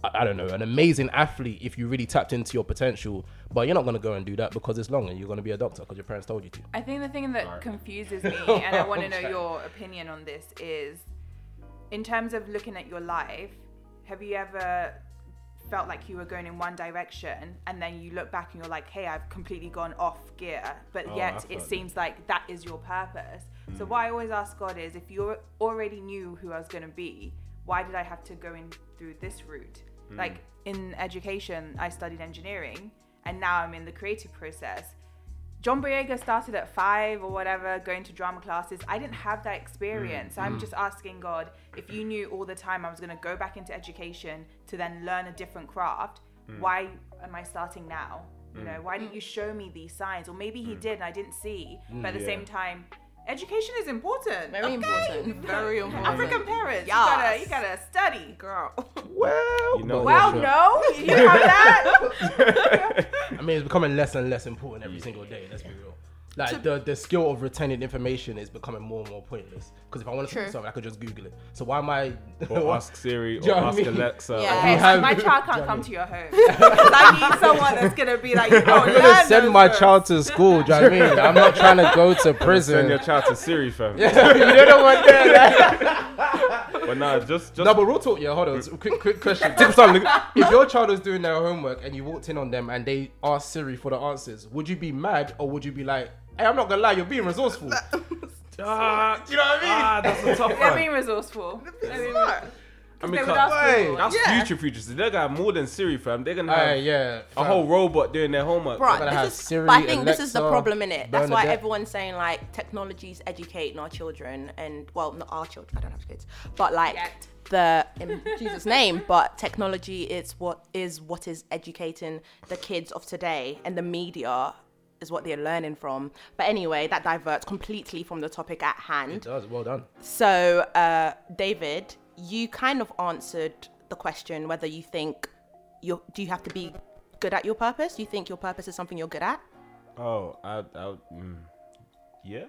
Speaker 3: I I don't know, an amazing athlete if you really tapped into your potential, but you're not gonna go and do that because it's long and you're gonna be a doctor because your parents told you to.
Speaker 4: I think the thing that confuses me, and I want to know your opinion on this, is in terms of looking at your life, have you ever felt like you were going in one direction and then you look back and you're like, hey, I've completely gone off gear, but
Speaker 2: Oh, I
Speaker 4: yet
Speaker 2: felt
Speaker 4: it
Speaker 2: that.
Speaker 4: seems like that is your purpose. So, what I always ask God is if you already knew who I was going to be, why did I have to go in through this route? Like in education, I studied engineering and now I'm in the creative process. John Boyega started at five or whatever, going to drama classes. I didn't have that experience. I'm just asking God if you knew all the time I was going to go back into education to then learn a different craft, why am I starting now? You know, why didn't you show me these signs? Or maybe he did and I didn't see. but at the
Speaker 2: yeah.
Speaker 4: same time, education is important.
Speaker 1: Very
Speaker 4: okay?
Speaker 1: important. Very important.
Speaker 4: African parents, you
Speaker 1: Yes.
Speaker 4: gotta you gotta study, girl.
Speaker 2: Well, you know,
Speaker 4: Well, no, you have that.
Speaker 3: I mean, it's becoming less and less important every single day. Let's be real. Like the, the skill of retaining information is becoming more and more pointless. Because if I want to
Speaker 1: True.
Speaker 3: something, I could just Google it. So why am I?
Speaker 2: Or ask Siri,
Speaker 3: Do you
Speaker 2: or
Speaker 3: know what I
Speaker 2: ask
Speaker 3: mean?
Speaker 2: Alexa.
Speaker 1: Yeah.
Speaker 4: Okay,
Speaker 3: You
Speaker 4: so
Speaker 3: have-
Speaker 4: my child
Speaker 3: Do you know what
Speaker 4: can't
Speaker 3: I
Speaker 4: come
Speaker 3: mean?
Speaker 4: to your home. 'Cause I need someone that's gonna be like, oh,
Speaker 1: Oh,
Speaker 4: you
Speaker 3: I'm gonna send my child to school. Do you know what I mean? I'm not trying to go to
Speaker 2: Send your
Speaker 3: prison.
Speaker 2: child to Siri, fam.
Speaker 3: you don't want that.
Speaker 2: But no, just just
Speaker 3: No, but real talk. Yeah, hold on. s- Quick, quick question. Tip time, look, if your child was doing their homework and you walked in on them and they asked Siri for the answers, would you be mad or would you be like, "Hey, I'm not gonna lie, you're being resourceful."
Speaker 2: Ah,
Speaker 3: you know what I mean?
Speaker 2: ah, that's a tough
Speaker 4: They're
Speaker 2: one.
Speaker 4: being resourceful. They're being
Speaker 1: Smart.
Speaker 2: I mean,
Speaker 4: They would
Speaker 2: cut-
Speaker 4: ask
Speaker 3: Wait,
Speaker 4: people.
Speaker 2: that's
Speaker 1: Yeah.
Speaker 2: future features. They're gonna have more than Siri, fam. They're gonna have
Speaker 3: Alright, yeah.
Speaker 2: a whole robot doing their homework.
Speaker 1: Right,
Speaker 3: Gotta
Speaker 1: this
Speaker 3: have
Speaker 1: is,
Speaker 3: Siri,
Speaker 1: but I think this is the
Speaker 3: Alexa,
Speaker 1: problem in it. That's why
Speaker 3: Bernadette.
Speaker 1: everyone's saying like technologies educating our children and well, not our children. I don't have kids, but like
Speaker 4: Yet.
Speaker 1: the in Jesus' name. But technology is what is what is educating the kids of today, and the media is what they're learning from. But anyway, that diverts completely from the topic at hand.
Speaker 3: Does well done.
Speaker 1: So, uh, David, you kind of answered the question whether you think you do you have to be good at your purpose? Do you think your purpose is something you're good at?
Speaker 2: Oh, I, I, mm, yeah.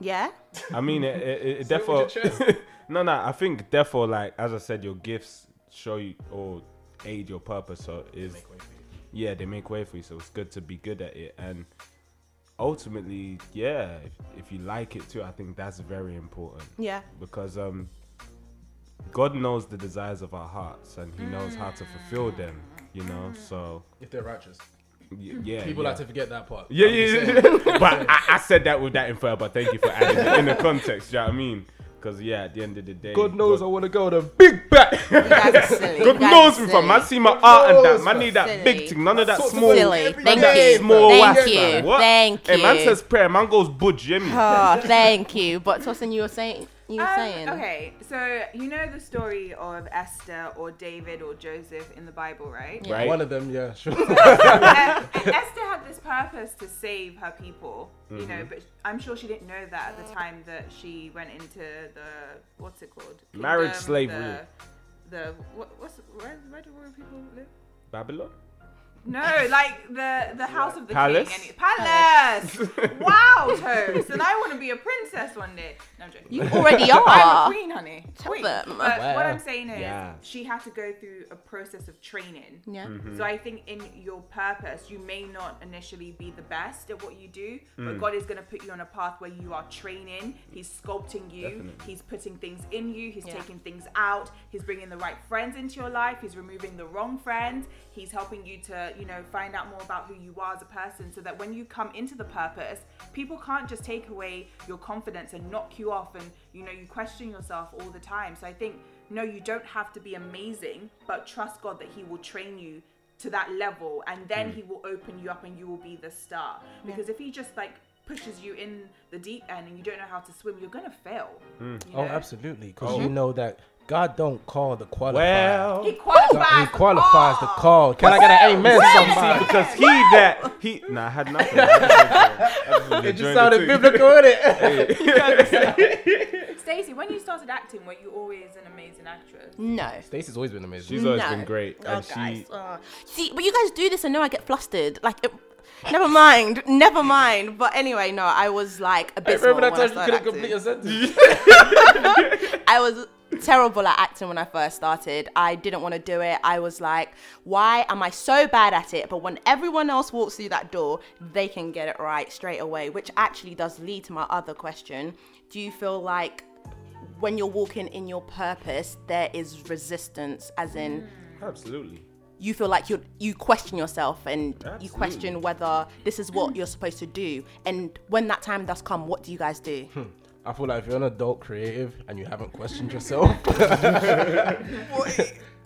Speaker 1: Yeah.
Speaker 2: I mean, it, it, it, it
Speaker 3: Say it with your
Speaker 2: therefore. no, no. I think therefore, like as I said, your gifts show you or aid your purpose. So is yeah, they make way for you. So it's good to be good at it. And ultimately, yeah, if, if you like it too, I think that's very important
Speaker 1: Yeah.
Speaker 2: because um, God knows the desires of our hearts and He knows how to
Speaker 3: Mm.
Speaker 2: fulfill them. You know, so
Speaker 3: If they're righteous,
Speaker 2: y- yeah.
Speaker 3: people
Speaker 2: yeah.
Speaker 3: like to forget that part.
Speaker 2: Yeah,
Speaker 3: I'm just
Speaker 2: yeah,
Speaker 3: saying.
Speaker 2: yeah. but I, I said that with that info, but thank you for adding it in the context. Do you know what I mean? Because, yeah, at the end of the day.
Speaker 3: God knows I
Speaker 2: God,
Speaker 3: want to go to big back.
Speaker 1: You guys are silly.
Speaker 2: God
Speaker 1: You guys
Speaker 2: knows
Speaker 1: are
Speaker 2: me, fam. I
Speaker 1: silly.
Speaker 2: see my art and that.
Speaker 3: knows,
Speaker 2: Man, need that
Speaker 1: fam.
Speaker 2: big thing. None of that
Speaker 3: Sorts of
Speaker 2: small.
Speaker 1: Silly.
Speaker 3: Every
Speaker 1: Thank
Speaker 3: day,
Speaker 1: you.
Speaker 3: fam.
Speaker 2: Small
Speaker 1: Thank
Speaker 2: wack,
Speaker 1: you.
Speaker 2: fam. What?
Speaker 1: Thank
Speaker 2: Hey, man
Speaker 1: you.
Speaker 2: says prayer, man goes butch, you hear me?
Speaker 1: Oh, thank you. But Tosin, you were saying you were
Speaker 4: Um,
Speaker 1: saying.
Speaker 4: Okay, so you know the story of Esther or David or Joseph in the Bible, right?
Speaker 1: Yeah.
Speaker 2: Right?
Speaker 3: One of them, yeah, sure.
Speaker 4: and, and Esther had this purpose to save her people, you know,
Speaker 3: Mm-hmm.
Speaker 4: but I'm sure she didn't know that at the time that she went into the what's it called?
Speaker 2: Marriage
Speaker 4: Kingdom,
Speaker 2: slavery.
Speaker 4: The, the what, what's where, where do royal people live?
Speaker 2: Babylon?
Speaker 4: No, like the the house of the
Speaker 2: Palace?
Speaker 4: king. Any, palace. wow, toast. And I want to be a princess one day. No, I'm joking.
Speaker 1: You already
Speaker 4: I'm a
Speaker 1: are.
Speaker 4: queen, honey.
Speaker 1: Ah. Tell
Speaker 4: Queen.
Speaker 1: them.
Speaker 4: But what
Speaker 3: Wow.
Speaker 4: I'm saying is,
Speaker 2: Yeah.
Speaker 4: she had to go through a process of training.
Speaker 1: Yeah.
Speaker 2: Mm-hmm.
Speaker 4: So I think in your purpose, you may not initially be the best at what you do,
Speaker 2: Mm.
Speaker 4: but God is going to put you on a path where you are training. He's sculpting you.
Speaker 2: Definitely.
Speaker 4: He's putting things in you. He's
Speaker 1: Yeah.
Speaker 4: taking things out. He's bringing the right friends into your life. He's removing the wrong friends. He's helping you to, you know, find out more about who you are as a person, so that when you come into the purpose, people can't just take away your confidence and knock you off, and you know, you question yourself all the time. So I think. No, you don't have to be amazing, but trust God that He will train you to that level and then he will open you up and you will be the star because if he just like pushes you in the deep end and you don't know how to swim you're gonna fail you
Speaker 3: Oh,
Speaker 4: know?
Speaker 3: absolutely, because you know that God don't call the qualified.
Speaker 2: Well.
Speaker 4: he
Speaker 3: he
Speaker 4: qualifies
Speaker 3: qualifies the
Speaker 4: Oh!
Speaker 3: call. Can I get an amen?
Speaker 2: See,
Speaker 3: Somebody.
Speaker 2: because he that. he Nah, I had nothing. it
Speaker 3: It just sounded biblical, innit?
Speaker 4: Stacey, when you started acting were you always an amazing actress
Speaker 1: No.
Speaker 3: Stacey's always been amazing.
Speaker 2: She's always
Speaker 1: No.
Speaker 2: been great.
Speaker 1: Oh,
Speaker 2: And
Speaker 1: guys.
Speaker 2: she.
Speaker 1: oh. See, but you guys do this and now I get flustered. Like, it, never mind. Never mind. But anyway, no, I was like a bit.
Speaker 3: Remember that
Speaker 1: when I
Speaker 3: time you
Speaker 1: started
Speaker 3: couldn't
Speaker 1: acting.
Speaker 3: complete your sentence?
Speaker 1: I was terrible at acting when I first started. I didn't want to do it. I was like, why am I so bad at it? But when everyone else walks through that door, they can get it right straight away, which actually does lead to my other question. Do you feel like when you're walking in your purpose, there is resistance, as in
Speaker 2: Absolutely.
Speaker 1: you feel like you you question yourself and you
Speaker 2: Absolutely.
Speaker 1: question whether this is what you're supposed to do. And when that time does come, what do you guys do?
Speaker 3: I feel like if you're an adult creative and you haven't questioned yourself,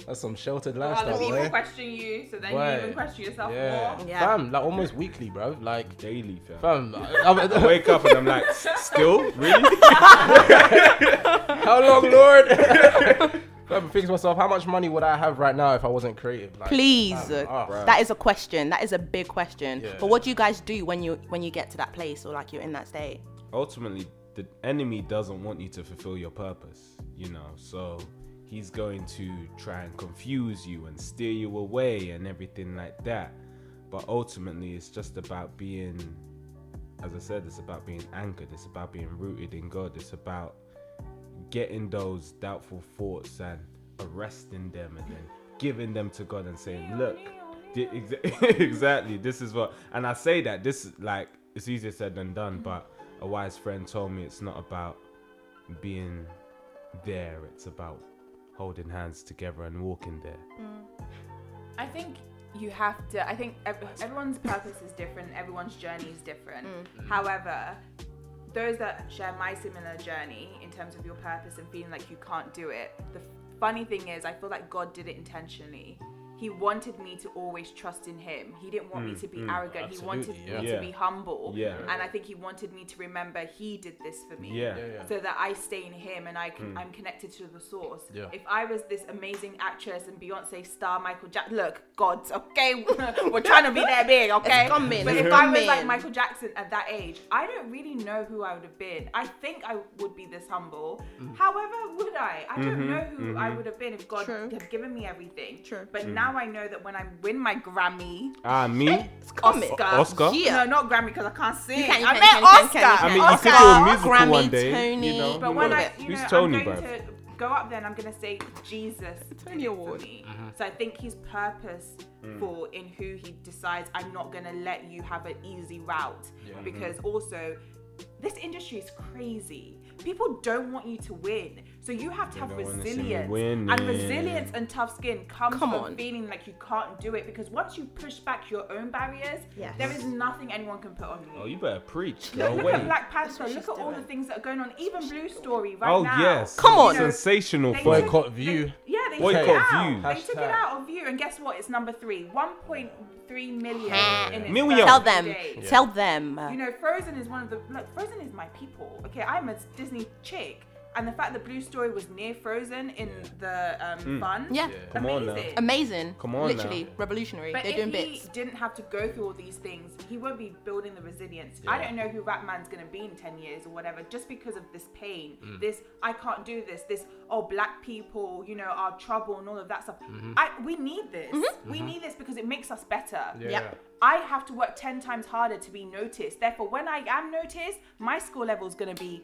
Speaker 3: that's some sheltered
Speaker 4: other
Speaker 3: lifestyle,
Speaker 4: people
Speaker 3: boy.
Speaker 4: question you so then you even
Speaker 3: Boy.
Speaker 4: question yourself
Speaker 3: Yeah.
Speaker 4: more
Speaker 1: Yeah.
Speaker 3: fam, like almost weekly, bro. Like,
Speaker 2: Daily, fam.
Speaker 3: fam, I-
Speaker 2: I
Speaker 3: I-
Speaker 2: wake up and I'm like, "S- still? Really?
Speaker 3: how long, Lord? fam, things myself, how much money would I have right now if I wasn't creative? Like,
Speaker 1: Please,
Speaker 3: fam, ah,
Speaker 2: bruh.
Speaker 1: that is a question. That is a big question.
Speaker 3: Yeah.
Speaker 1: But what do you guys do when you when you get to that place or like you're in that state?
Speaker 2: ultimately the enemy doesn't want you to fulfill your purpose you know so he's going to try and confuse you and steer you away and everything like that but ultimately it's just about being as i said it's about being anchored it's about being rooted in god it's about getting those doubtful thoughts and arresting them and then giving them to god and saying look di- exa- exactly this is what and i say that this is like it's easier said than done but a wise friend told me it's not about being there it's about holding hands together and walking there
Speaker 4: I think you have to. I think ev- everyone's purpose is different. Everyone's journey is different.
Speaker 2: Mm.
Speaker 4: However, those that share my similar journey in terms of your purpose and feeling like you can't do it, the funny thing is, I feel like God did it intentionally. He wanted me to always trust in Him. He didn't want me to be arrogant. He wanted
Speaker 3: absolutely, yeah.
Speaker 4: me
Speaker 2: Mm, Yeah.
Speaker 4: to be humble.
Speaker 2: Yeah.
Speaker 4: And I think He wanted me to remember He did this for me
Speaker 2: yeah
Speaker 3: Yeah, yeah.
Speaker 4: so that I stay in Him and I can, I'm connected to the source.
Speaker 3: Yeah.
Speaker 4: If I was this amazing actress and Beyonce star, Michael Jackson, look, gods, okay, we're trying to be there big, okay.
Speaker 1: coming,
Speaker 4: But
Speaker 1: it's
Speaker 4: if I was
Speaker 1: coming.
Speaker 4: like Michael Jackson at that age, I don't really know who I would have been. I think I would be this humble. However, would I? I don't know who I would have been if God
Speaker 1: True.
Speaker 4: had given me everything.
Speaker 1: True.
Speaker 4: But now I know that when I win my Grammy,
Speaker 2: ah me
Speaker 1: It's coming.
Speaker 4: Oscar,
Speaker 2: Oscar?
Speaker 1: Yeah.
Speaker 4: no, not Grammy because I can't sing.
Speaker 1: You can, you
Speaker 4: I
Speaker 1: can,
Speaker 4: meant
Speaker 1: you can, you
Speaker 4: Oscar.
Speaker 1: can, you can.
Speaker 2: i mean you
Speaker 1: Oscar,
Speaker 2: could do a musical
Speaker 1: Grammy,
Speaker 2: one day
Speaker 1: Tony.
Speaker 2: you know
Speaker 1: But
Speaker 4: But
Speaker 2: you
Speaker 4: when
Speaker 2: know.
Speaker 4: I, you
Speaker 2: who's
Speaker 4: know,
Speaker 2: tony
Speaker 4: I'm going
Speaker 2: bruv?
Speaker 4: to go up there and I'm going to say Jesus.
Speaker 1: Tony
Speaker 4: did it for
Speaker 1: Award. Uh-huh.
Speaker 4: me. So I think he's purposeful
Speaker 2: Mm.
Speaker 4: in who he decides. I'm not going to let you have an easy route
Speaker 1: Mm-hmm.
Speaker 4: because also this industry is crazy. People don't want you to win, so you have to have
Speaker 2: don't wanna see me
Speaker 4: resilience. And
Speaker 2: winning.
Speaker 4: resilience and tough skin comes
Speaker 1: Come
Speaker 4: from
Speaker 1: on.
Speaker 4: feeling like you can't do it because once you push back your own barriers,
Speaker 1: Yes.
Speaker 4: there is nothing anyone can put on you.
Speaker 2: oh you better preach
Speaker 4: Look,
Speaker 2: no
Speaker 4: look
Speaker 2: way
Speaker 4: at Black Panther.
Speaker 1: what
Speaker 4: Look at
Speaker 1: she's
Speaker 4: all the
Speaker 1: doing.
Speaker 4: things that are going on. Even Blue Story right
Speaker 2: oh
Speaker 4: now.
Speaker 2: yes
Speaker 1: Come on.
Speaker 2: sensational
Speaker 4: They
Speaker 2: folk.
Speaker 4: took-
Speaker 3: Boycott View.
Speaker 4: they- yeah, they
Speaker 2: Boycott
Speaker 4: took it out.
Speaker 2: View.
Speaker 4: They took it
Speaker 3: Hashtag.
Speaker 4: out of view, and guess what? It's number three. 1.3 million. in its
Speaker 2: Million.
Speaker 4: first
Speaker 1: Tell them.
Speaker 4: day.
Speaker 1: Tell them.
Speaker 4: You know, Frozen is one of the like Frozen is my people. Okay, I'm a Disney chick, and the fact that Blue Story was near Frozen in the um, fun.
Speaker 1: Mm. yeah.
Speaker 2: Come on now.
Speaker 4: amazing.
Speaker 1: Amazing.
Speaker 2: Come on now.
Speaker 1: Literally revolutionary.
Speaker 4: But
Speaker 1: They're doing
Speaker 4: if he
Speaker 1: bits.
Speaker 4: didn't have to go through all these things, he won't be building the resilience. I
Speaker 3: Yeah.
Speaker 4: don't know who Ratman's gonna be in ten years or whatever, just because of this pain, this I can't do this, this oh black people, you know, our trouble and all of that stuff. I we need this. We need this because it makes us better.
Speaker 3: Yeah.
Speaker 1: Mm-hmm. Yep.
Speaker 4: I have to work ten times harder to be noticed. Therefore, when I am noticed, my skill level is gonna be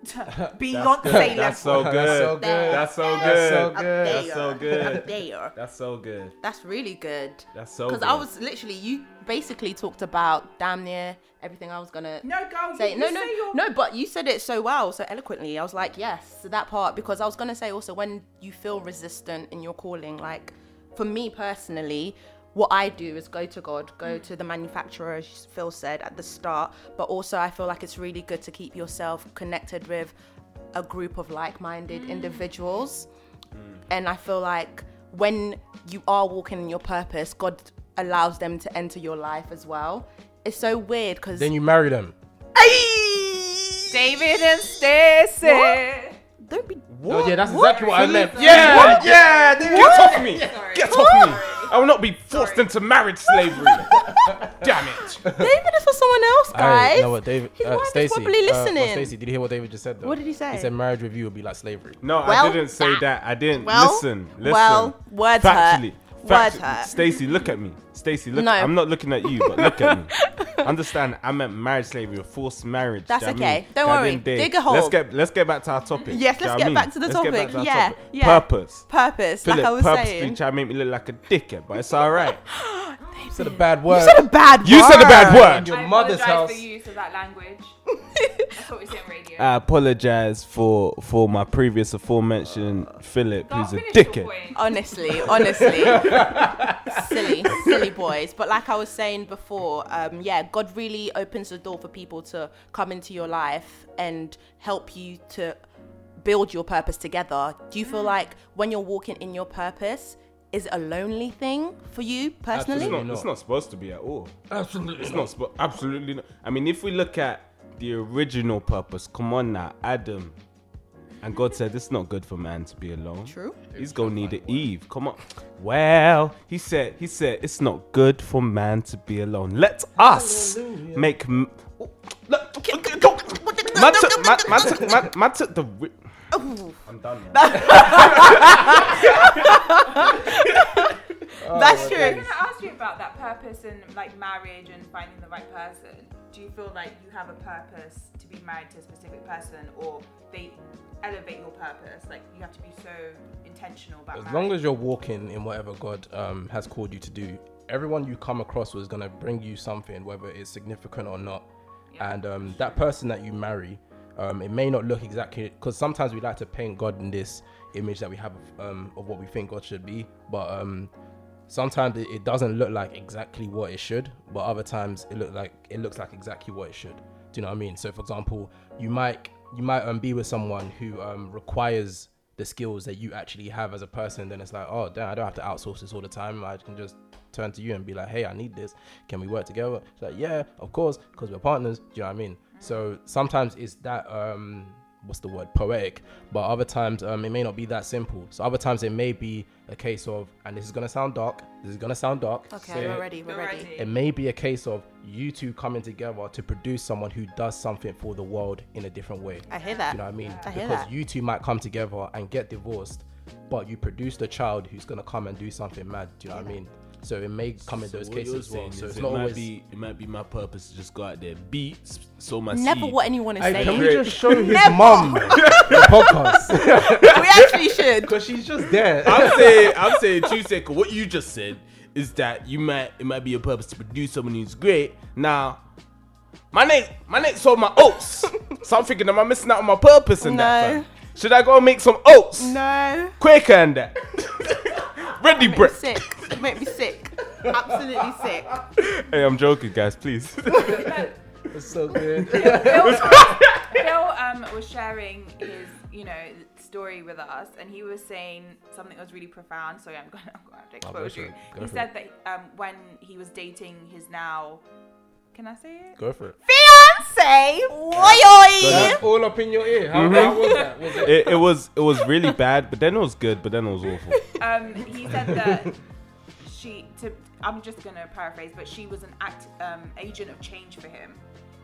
Speaker 4: Beyonce level.
Speaker 2: that's so good
Speaker 3: That's so good.
Speaker 2: that's so
Speaker 3: That's so
Speaker 1: Up
Speaker 2: good
Speaker 3: good.
Speaker 2: That's so
Speaker 1: there.
Speaker 2: good.
Speaker 1: Up there.
Speaker 2: that's so good
Speaker 1: That's really good.
Speaker 2: that's so
Speaker 1: Because
Speaker 2: good
Speaker 1: I was literally, you basically talked about damn near everything I was gonna
Speaker 4: No, girl,
Speaker 1: say.
Speaker 4: you,
Speaker 1: No,
Speaker 4: you
Speaker 1: no,
Speaker 4: say you're-
Speaker 1: no. But you said it so well, so eloquently. I was like, yes, so that part. Because I was gonna say also when you feel resistant in your calling, like for me personally. What I do is go to God, go
Speaker 4: Mm.
Speaker 1: to the manufacturer, as Phil said at the start. But also, I feel like it's really good to keep yourself connected with a group of like-minded
Speaker 4: Mm.
Speaker 1: individuals and I feel like when you are walking in your purpose, God allows them to enter your life as well. It's so weird because
Speaker 3: Then you marry them.
Speaker 4: David and Stacey.
Speaker 1: don't be
Speaker 3: Oh, yeah, that's
Speaker 1: What?
Speaker 3: exactly what I meant.
Speaker 2: Yeah, yeah, nigga, get off me.
Speaker 4: Sorry.
Speaker 2: Get off me. I will not be forced
Speaker 4: Sorry.
Speaker 2: into marriage slavery. Damn it.
Speaker 1: David is for someone else, guys.
Speaker 3: I know what David.
Speaker 1: His
Speaker 3: uh,
Speaker 1: wife
Speaker 3: Stacey,
Speaker 1: is probably
Speaker 3: uh, well,
Speaker 1: listening.
Speaker 3: Stacey, did you hear what David just said? Though?
Speaker 1: What did he say?
Speaker 3: He said marriage with you would be like slavery.
Speaker 2: No, I
Speaker 1: Well,
Speaker 2: didn't say
Speaker 1: that-
Speaker 2: that. I didn't.
Speaker 1: well,
Speaker 2: listen, listen.
Speaker 1: well, words hurt.
Speaker 2: Factually.
Speaker 1: Words
Speaker 2: factu-
Speaker 1: hurt.
Speaker 2: Stacey, look at me. Stacey, look.
Speaker 1: No.
Speaker 2: I'm not looking at you, but look at me. Understand? I meant marriage slavery, or forced marriage.
Speaker 1: That's
Speaker 2: do you know what
Speaker 1: okay.
Speaker 2: I mean?
Speaker 1: Don't worry.
Speaker 2: Goddamn day.
Speaker 1: Dig a hole.
Speaker 2: Let's get let's get back to our topic.
Speaker 1: Yes, let's
Speaker 2: do you know what
Speaker 1: get
Speaker 2: I mean?
Speaker 1: back to the
Speaker 2: Let's get back
Speaker 1: topic.
Speaker 2: to our
Speaker 1: Yeah,
Speaker 2: topic.
Speaker 1: yeah.
Speaker 2: Purpose.
Speaker 1: purpose, like
Speaker 2: Philip
Speaker 1: I was
Speaker 2: purposely
Speaker 1: saying.
Speaker 2: trying to make me look like a dickhead, but it's all right.
Speaker 3: You said a bad word.
Speaker 1: you said a bad
Speaker 2: You said a bad
Speaker 3: in
Speaker 2: word.
Speaker 3: your
Speaker 4: I
Speaker 3: mother's
Speaker 4: apologize
Speaker 3: house. Ah,
Speaker 4: for the use of that language. That's what we say on radio.
Speaker 2: I apologize for for my previous aforementioned Philip,
Speaker 4: Can't
Speaker 2: who's a
Speaker 4: finish your
Speaker 2: dickhead.
Speaker 4: point.
Speaker 3: Ah,
Speaker 1: Honestly, honestly, silly, silly boys. But like I was saying before, um, yeah, God really opens the door for people to come into your life and help you to build your purpose together. Do you feel like when you're walking in your purpose, is it a lonely thing for you personally?
Speaker 2: It's
Speaker 3: Absolutely.
Speaker 2: not,
Speaker 3: not.
Speaker 2: it's not supposed to be at all.
Speaker 3: Absolutely.
Speaker 2: It's not spo- absolutely not. I mean, if we look at the original purpose, come on now, Adam, And God said, "It's not good for man to be alone.
Speaker 1: True.
Speaker 2: He's gonna need an Eve. Come on. Well, he said, he said, it's not good for man to be alone. Let us make. M- Oh, look, man, took, man, man, took, man, man took the. wi-
Speaker 1: Oh.
Speaker 2: I'm done. Now.
Speaker 1: That's
Speaker 3: my
Speaker 1: true.
Speaker 4: I'm gonna ask you about that purpose and like marriage and finding the right person. Do you feel like you have a purpose to be married to a specific person, or they elevate your purpose? Like you have to be so intentional about.
Speaker 3: As long as you're walking in whatever God um, has called you to do, everyone you come across was going to bring you something, whether it's significant or not.
Speaker 4: Yeah.
Speaker 3: And um, that person that you marry, um, it may not look exactly because sometimes we like to paint God in this image that we have of, um, of what we think God should be, but um, sometimes it, it doesn't look like exactly what it should. But other times it look like it looks like exactly what it should. Do you know what I mean? So, for example, you might you might um, be with someone who um, requires the skills that you actually have as a person, then it's like, oh, damn, I don't have to outsource this all the time. I can just turn to you and be like, hey, I need this. Can we work together? It's like, yeah, of course, because we're partners. Do you know what I mean? So sometimes it's that, um, what's the word, poetic, but other times um, it may not be that simple. So other times it may be a case of, and this is going to sound dark, this is going to sound dark.
Speaker 1: Okay,
Speaker 3: So-
Speaker 1: we're ready. We're
Speaker 4: You're
Speaker 1: ready.
Speaker 4: ready.
Speaker 3: it may be a case of you two coming together to produce someone who does something for the world in a different way.
Speaker 1: I hear that.
Speaker 3: You know what I mean?
Speaker 1: I hear
Speaker 3: because
Speaker 1: that.
Speaker 3: you two might come together and get divorced, but you produced a child who's gonna come and do something mad. Do you know what I mean? So it may come in
Speaker 2: So
Speaker 3: those
Speaker 2: what you're
Speaker 3: cases as well.
Speaker 2: saying
Speaker 3: So
Speaker 2: is
Speaker 3: it's
Speaker 2: it
Speaker 3: not
Speaker 2: might
Speaker 3: always.
Speaker 2: be it might be my purpose to just go out there beat s- sow my
Speaker 1: Never
Speaker 2: seed.
Speaker 1: what anyone is
Speaker 3: Hey,
Speaker 1: saying.
Speaker 3: can we
Speaker 1: We
Speaker 3: just show his
Speaker 1: Never.
Speaker 3: mum the podcast?
Speaker 1: actually should.
Speaker 3: Because she's just there.
Speaker 2: I'm saying I'm saying Tuesday. What you just said is that you might it might be your purpose to produce someone who's great. Now, my next my next sold my oats, so I'm thinking, am I missing out on my purpose in that?
Speaker 1: No.
Speaker 2: fam? Should I go and make some oats
Speaker 1: No.
Speaker 2: quicker and that? Ready, bro.
Speaker 1: Sick. You make me sick. Absolutely sick.
Speaker 2: Hey, I'm joking, guys. Please.
Speaker 3: It's so good.
Speaker 4: Phil, Phil um, was sharing his, you know, story with us, and he was saying something that was really profound. Sorry, I'm going to have to
Speaker 3: Oh, go
Speaker 4: expose
Speaker 3: for
Speaker 4: you.
Speaker 3: it. Go
Speaker 4: He
Speaker 3: for
Speaker 4: said that um, when he was dating his now, can I say it?
Speaker 3: Go for it.
Speaker 1: Fiance. Oi oi.
Speaker 3: That's all up in your ear. How, how was that? Was it?
Speaker 2: it, it was it was really bad, but then it was good, but then it was awful.
Speaker 4: Um, he said that she, to, I'm just going to paraphrase, but she was an act, um, agent of change for him.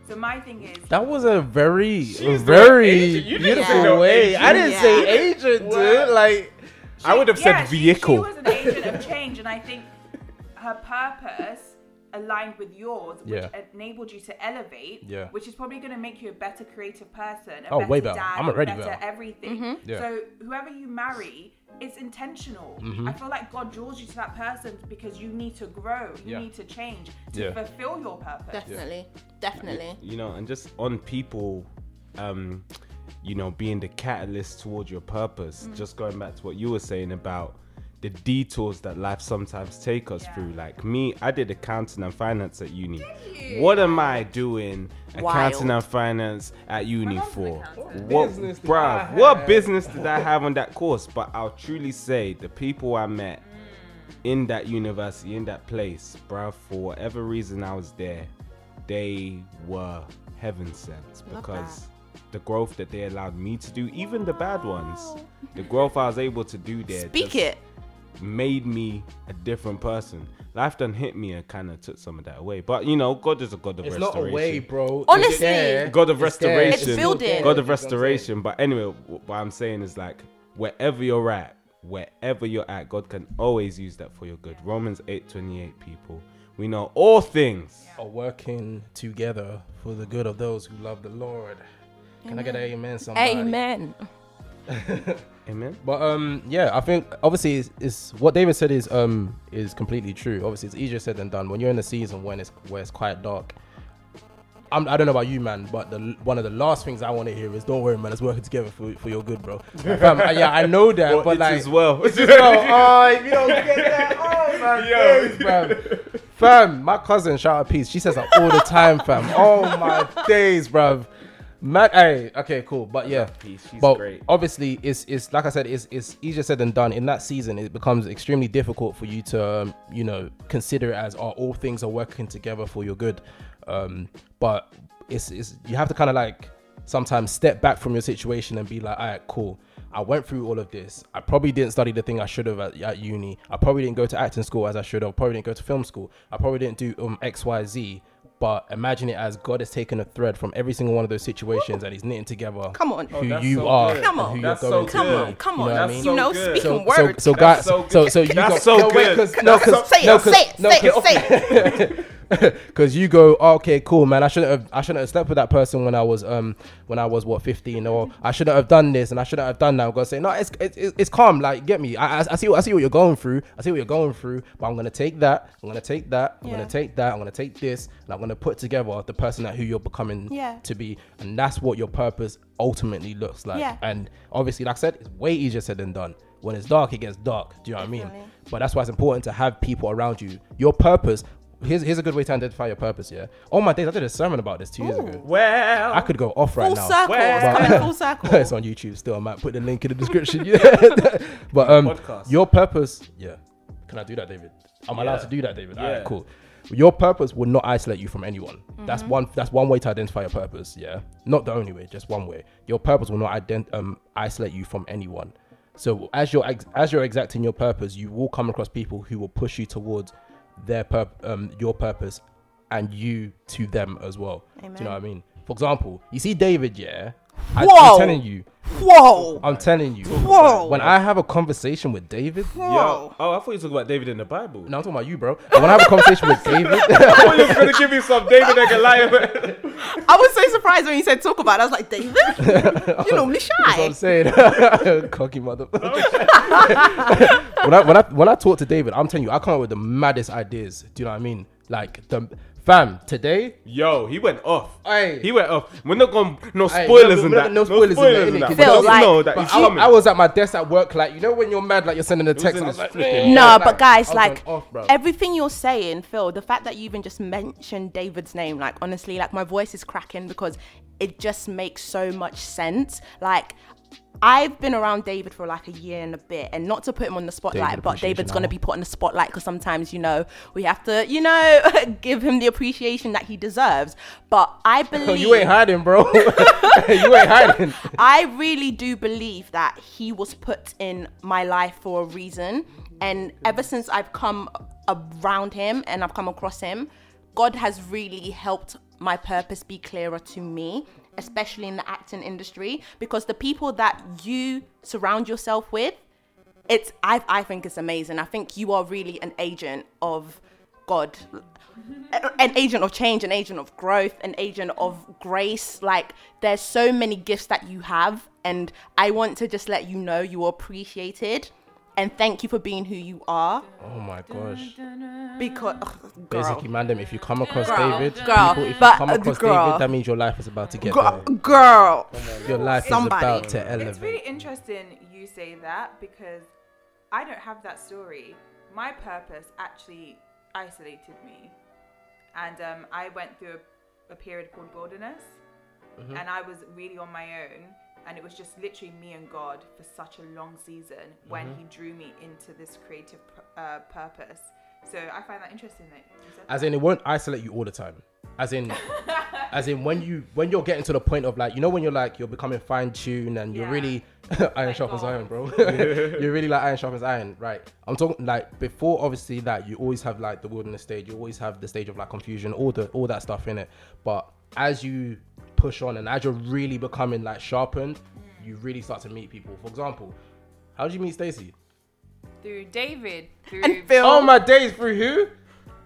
Speaker 4: So my thing is,
Speaker 3: That was a very,
Speaker 2: was
Speaker 3: very
Speaker 2: like, agent. You didn't
Speaker 3: beautiful
Speaker 1: say no
Speaker 3: way. I
Speaker 1: agent.
Speaker 3: didn't say
Speaker 1: Yeah.
Speaker 3: agent,
Speaker 2: Wow.
Speaker 3: dude. Like,
Speaker 2: I would have
Speaker 4: yeah,
Speaker 2: said
Speaker 4: she- She,
Speaker 2: vehicle.
Speaker 4: was an agent of change, and I think her purpose aligned with yours, which
Speaker 3: Yeah.
Speaker 4: enabled you to elevate,
Speaker 3: Yeah.
Speaker 4: which is probably going to make you a better creative person, a
Speaker 3: Oh,
Speaker 4: better
Speaker 3: way better.
Speaker 4: dad,
Speaker 3: I'm
Speaker 4: a
Speaker 3: already
Speaker 4: better
Speaker 3: better.
Speaker 4: everything.
Speaker 3: Yeah.
Speaker 4: So whoever you marry, it's intentional.
Speaker 3: Mm-hmm.
Speaker 4: I feel like God draws you to that person because you need to grow, you
Speaker 3: Yeah.
Speaker 4: need to change to
Speaker 3: Yeah.
Speaker 4: fulfill your purpose.
Speaker 1: Definitely. Definitely.
Speaker 2: you know, and just on people, um, you know, being the catalyst towards your purpose. Just going back to what you were saying about the detours that life sometimes take us
Speaker 4: Yeah.
Speaker 2: through. Like me, I did accounting and finance at uni. What am I doing accounting
Speaker 1: Wild.
Speaker 2: and finance at uni
Speaker 4: mom's an
Speaker 2: for?
Speaker 4: accountant.
Speaker 2: What,
Speaker 3: business did I
Speaker 2: bruh, what
Speaker 3: have?
Speaker 2: business did I have on that course? But I'll truly say the people I met in that university, in that place, bruh, for whatever reason I was there, they were heaven sent
Speaker 1: Love
Speaker 2: because the growth that they allowed me to do, even the bad ones, the growth I was able to do there
Speaker 1: Speak
Speaker 2: just
Speaker 1: it.
Speaker 2: made me a different person. Life done hit me and kind of took some of that away. But you know, God is a God of
Speaker 3: It's not
Speaker 2: restoration.
Speaker 3: away, bro. It's
Speaker 1: Honestly.
Speaker 3: there.
Speaker 2: God of
Speaker 3: It's there.
Speaker 2: restoration.
Speaker 1: It's building.
Speaker 2: God of
Speaker 3: That's what I'm saying.
Speaker 2: restoration. But anyway, wh- what I'm saying is like wherever you're at, wherever you're at, God can always use that for your good. Romans 8:28 people. We know all things.
Speaker 3: Are working together for the good of those who love the Lord. Can I get an amen? Somebody?
Speaker 1: Amen.
Speaker 2: Amen.
Speaker 3: But um, yeah, I think obviously it's, it's what David said is um is completely true. Obviously, it's easier said than done. When you're in a season when it's where it's quite dark. I'm, I don't know about you, man, but the one of the last things I want to hear is, "Don't worry, man. It's working together for, for your good, bro." Fam, yeah, I know that,
Speaker 2: Well,
Speaker 3: but
Speaker 2: it's
Speaker 3: like,
Speaker 2: as well.
Speaker 3: oh, if you don't get that, oh man,
Speaker 2: Yo.
Speaker 3: days, bruv. Fam, my cousin, shout out peace. She says that all the time, fam. Oh my days, bruv. Man, hey, okay, cool, but yeah,
Speaker 2: Peace, she's
Speaker 3: but
Speaker 2: great.
Speaker 3: obviously, it's it's like I said, it's it's easier said than done. In that season, it becomes extremely difficult for you to, um, you know, consider it as are all things are working together for your good, um, but it's it's you have to kind of like sometimes step back from your situation and be like, all right, cool. I went through all of this. I probably didn't study the thing I should have at, at uni. I probably didn't go to acting school as I should have. Probably didn't go to film school. I probably didn't do um X Y Z. But imagine it as God has taken a thread from every single one of those situations and He's knitting together
Speaker 1: Come on.
Speaker 3: who
Speaker 2: that's
Speaker 3: you
Speaker 2: so
Speaker 3: are
Speaker 2: good.
Speaker 1: Come
Speaker 3: and
Speaker 1: on.
Speaker 3: who
Speaker 2: That's
Speaker 3: you're
Speaker 2: so
Speaker 3: going
Speaker 2: good.
Speaker 1: Come
Speaker 3: to.
Speaker 1: on, come
Speaker 3: You know
Speaker 1: on.
Speaker 3: what
Speaker 1: You know,
Speaker 3: I
Speaker 2: mean? That's so
Speaker 1: speaking
Speaker 3: so, so,
Speaker 1: words.
Speaker 3: so guys,
Speaker 2: so
Speaker 3: so
Speaker 2: good.
Speaker 3: so, you
Speaker 2: That's
Speaker 3: go,
Speaker 2: so
Speaker 3: no, wait,
Speaker 2: good.
Speaker 3: 'cause- no, 'cause-
Speaker 1: Say it,
Speaker 3: no,
Speaker 1: say it,
Speaker 3: 'cause- no,
Speaker 1: say it,
Speaker 3: 'cause-
Speaker 1: say it.
Speaker 3: because you go, "Oh, okay, cool, man. I shouldn't have, I shouldn't have slept with that person when I was, um, when I was what, 15, or I shouldn't have done this and I shouldn't have done that. I'm gonna say, no, it's it's, it's it's calm. Like, get me. I, I I see what I see what you're going through. I see what you're going through. But I'm gonna take that. I'm gonna take that. I'm
Speaker 1: Yeah.
Speaker 3: gonna take that. I'm gonna take this, and I'm gonna put together the person that who you're becoming
Speaker 1: Yeah.
Speaker 3: to be, and that's what your purpose ultimately looks like.
Speaker 1: Yeah.
Speaker 3: And obviously, like I said, it's way easier said than done. When it's dark, it gets dark. Do you know what I mean?
Speaker 1: Definitely.
Speaker 3: But that's why it's important to have people around you. Your purpose. Here's, here's a good way to identify your purpose. Yeah. Oh my days, I did a sermon about this two years ago.
Speaker 2: Well,
Speaker 3: I could go off right
Speaker 1: Full
Speaker 3: now.
Speaker 1: circle. It's
Speaker 2: Well-
Speaker 1: coming full circle.
Speaker 3: it's on YouTube still. I might put the link in the description. Yeah. but um,
Speaker 2: Podcast.
Speaker 3: your purpose. Yeah. Can I do that, David? I'm allowed
Speaker 2: Yeah.
Speaker 3: to do that, David.
Speaker 2: Yeah.
Speaker 3: Alright, cool. Your purpose will not isolate you from anyone. That's
Speaker 1: Mm-hmm.
Speaker 3: one. That's one way to identify your purpose. Yeah, not the only way, just one way. Your purpose will not ident- um, isolate you from anyone. So as you're ex- as you're exacting your purpose, you will come across people who will push you towards their purp- um, your purpose, and you to them as well. Do you know
Speaker 1: Amen.
Speaker 3: what I mean? For example, you see David. Yeah, I-
Speaker 1: Whoa.
Speaker 3: I'm telling you,
Speaker 1: Whoa.
Speaker 3: I'm telling you.
Speaker 1: Whoa.
Speaker 3: When I have a conversation with David, no,
Speaker 2: Yo,
Speaker 1: Whoa.
Speaker 2: oh, I thought you were talking about David in the Bible.
Speaker 3: I'm talking about you, bro. When I have a conversation with David,
Speaker 2: I thought you were going to give me some David and Goliath.
Speaker 1: I was so surprised when you said talk about it. I was like, David? You're normally
Speaker 3: That's what I'm
Speaker 1: shy.
Speaker 3: saying. Cocky motherfucker. when I when I when I talk to David, I'm telling you, I come up with the maddest ideas. Do you know what I mean? Like the fam today.
Speaker 2: Yo, he went off.
Speaker 3: Aye.
Speaker 2: He went off. We're not going to no
Speaker 3: Aye,
Speaker 2: spoilers
Speaker 3: no-
Speaker 2: in
Speaker 3: no-
Speaker 2: that.
Speaker 3: no spoilers in that, innit?
Speaker 2: that.
Speaker 3: Cause
Speaker 2: But
Speaker 1: I
Speaker 2: just
Speaker 1: was like-
Speaker 2: know that
Speaker 3: But
Speaker 2: it's
Speaker 3: I,
Speaker 2: coming.
Speaker 3: I was at my desk at work, like you know when you're mad, like you're sending a text.
Speaker 2: in
Speaker 3: I was
Speaker 2: his
Speaker 3: like,
Speaker 2: flipping-
Speaker 3: "Man,"
Speaker 1: No,
Speaker 3: like,
Speaker 1: but
Speaker 3: I
Speaker 1: guys,
Speaker 3: was
Speaker 1: like
Speaker 3: going off, bro.
Speaker 1: everything you're saying, Phil, the fact that you even just mentioned David's name, like honestly, like my voice is cracking because it just makes so much sense. Like I've been around David for like a year and a bit, and not to put him on the spotlight, but
Speaker 3: Appreciation
Speaker 1: David's gonna
Speaker 3: Hour.
Speaker 1: be put on the spotlight because sometimes you know we have to, you know, give him the appreciation that he deserves. But I believe
Speaker 3: you ain't hiding, bro. you ain't hiding.
Speaker 1: I really do believe that he was put in my life for a reason. And ever since I've come around him and I've come across him, God has really helped my purpose be clearer to me, especially in the acting industry, because the people that you surround yourself with, it's I, I think it's amazing. I think you are really an agent of God, a- an agent of change, an agent of growth, an agent of grace. Like there's so many gifts that you have, and I want to just let you know you are appreciated, and thank you for being who you are.
Speaker 3: Oh my gosh.
Speaker 1: Because ugh, girl,
Speaker 3: Basically, man, them, if you come across
Speaker 1: Girl.
Speaker 3: David,
Speaker 1: Girl.
Speaker 3: people, if you
Speaker 1: But,
Speaker 3: come
Speaker 1: uh,
Speaker 3: across
Speaker 1: girl.
Speaker 3: David, that means your life is about to get
Speaker 1: girl,
Speaker 3: better.
Speaker 1: girl.
Speaker 3: Your life
Speaker 1: Somebody.
Speaker 3: is about to elevate.
Speaker 4: It's really interesting you say that because I don't have that story. My purpose actually isolated me, and um, I went through a, a period called wilderness,
Speaker 1: Mm-hmm.
Speaker 4: and I was really on my own. And it was just literally me and God for such a long season when
Speaker 1: Mm-hmm.
Speaker 4: He drew me into this creative pr- uh, purpose. So I find that interesting that you said
Speaker 3: as in it won't isolate you all the time as in as in when you when you're getting to the point of like you know when you're like you're becoming fine-tuned and you're
Speaker 4: Yeah.
Speaker 3: really iron sharpens
Speaker 4: God.
Speaker 3: iron bro you're really like iron sharpens iron right i'm talking like before obviously that you always have like the wilderness stage you always have the stage of like confusion all the all that stuff in it but as you push on and as you're really becoming like sharpened you really start to meet people for example how did you meet Stacey?
Speaker 4: through David, through
Speaker 1: And Phil.
Speaker 3: Oh my days, through who?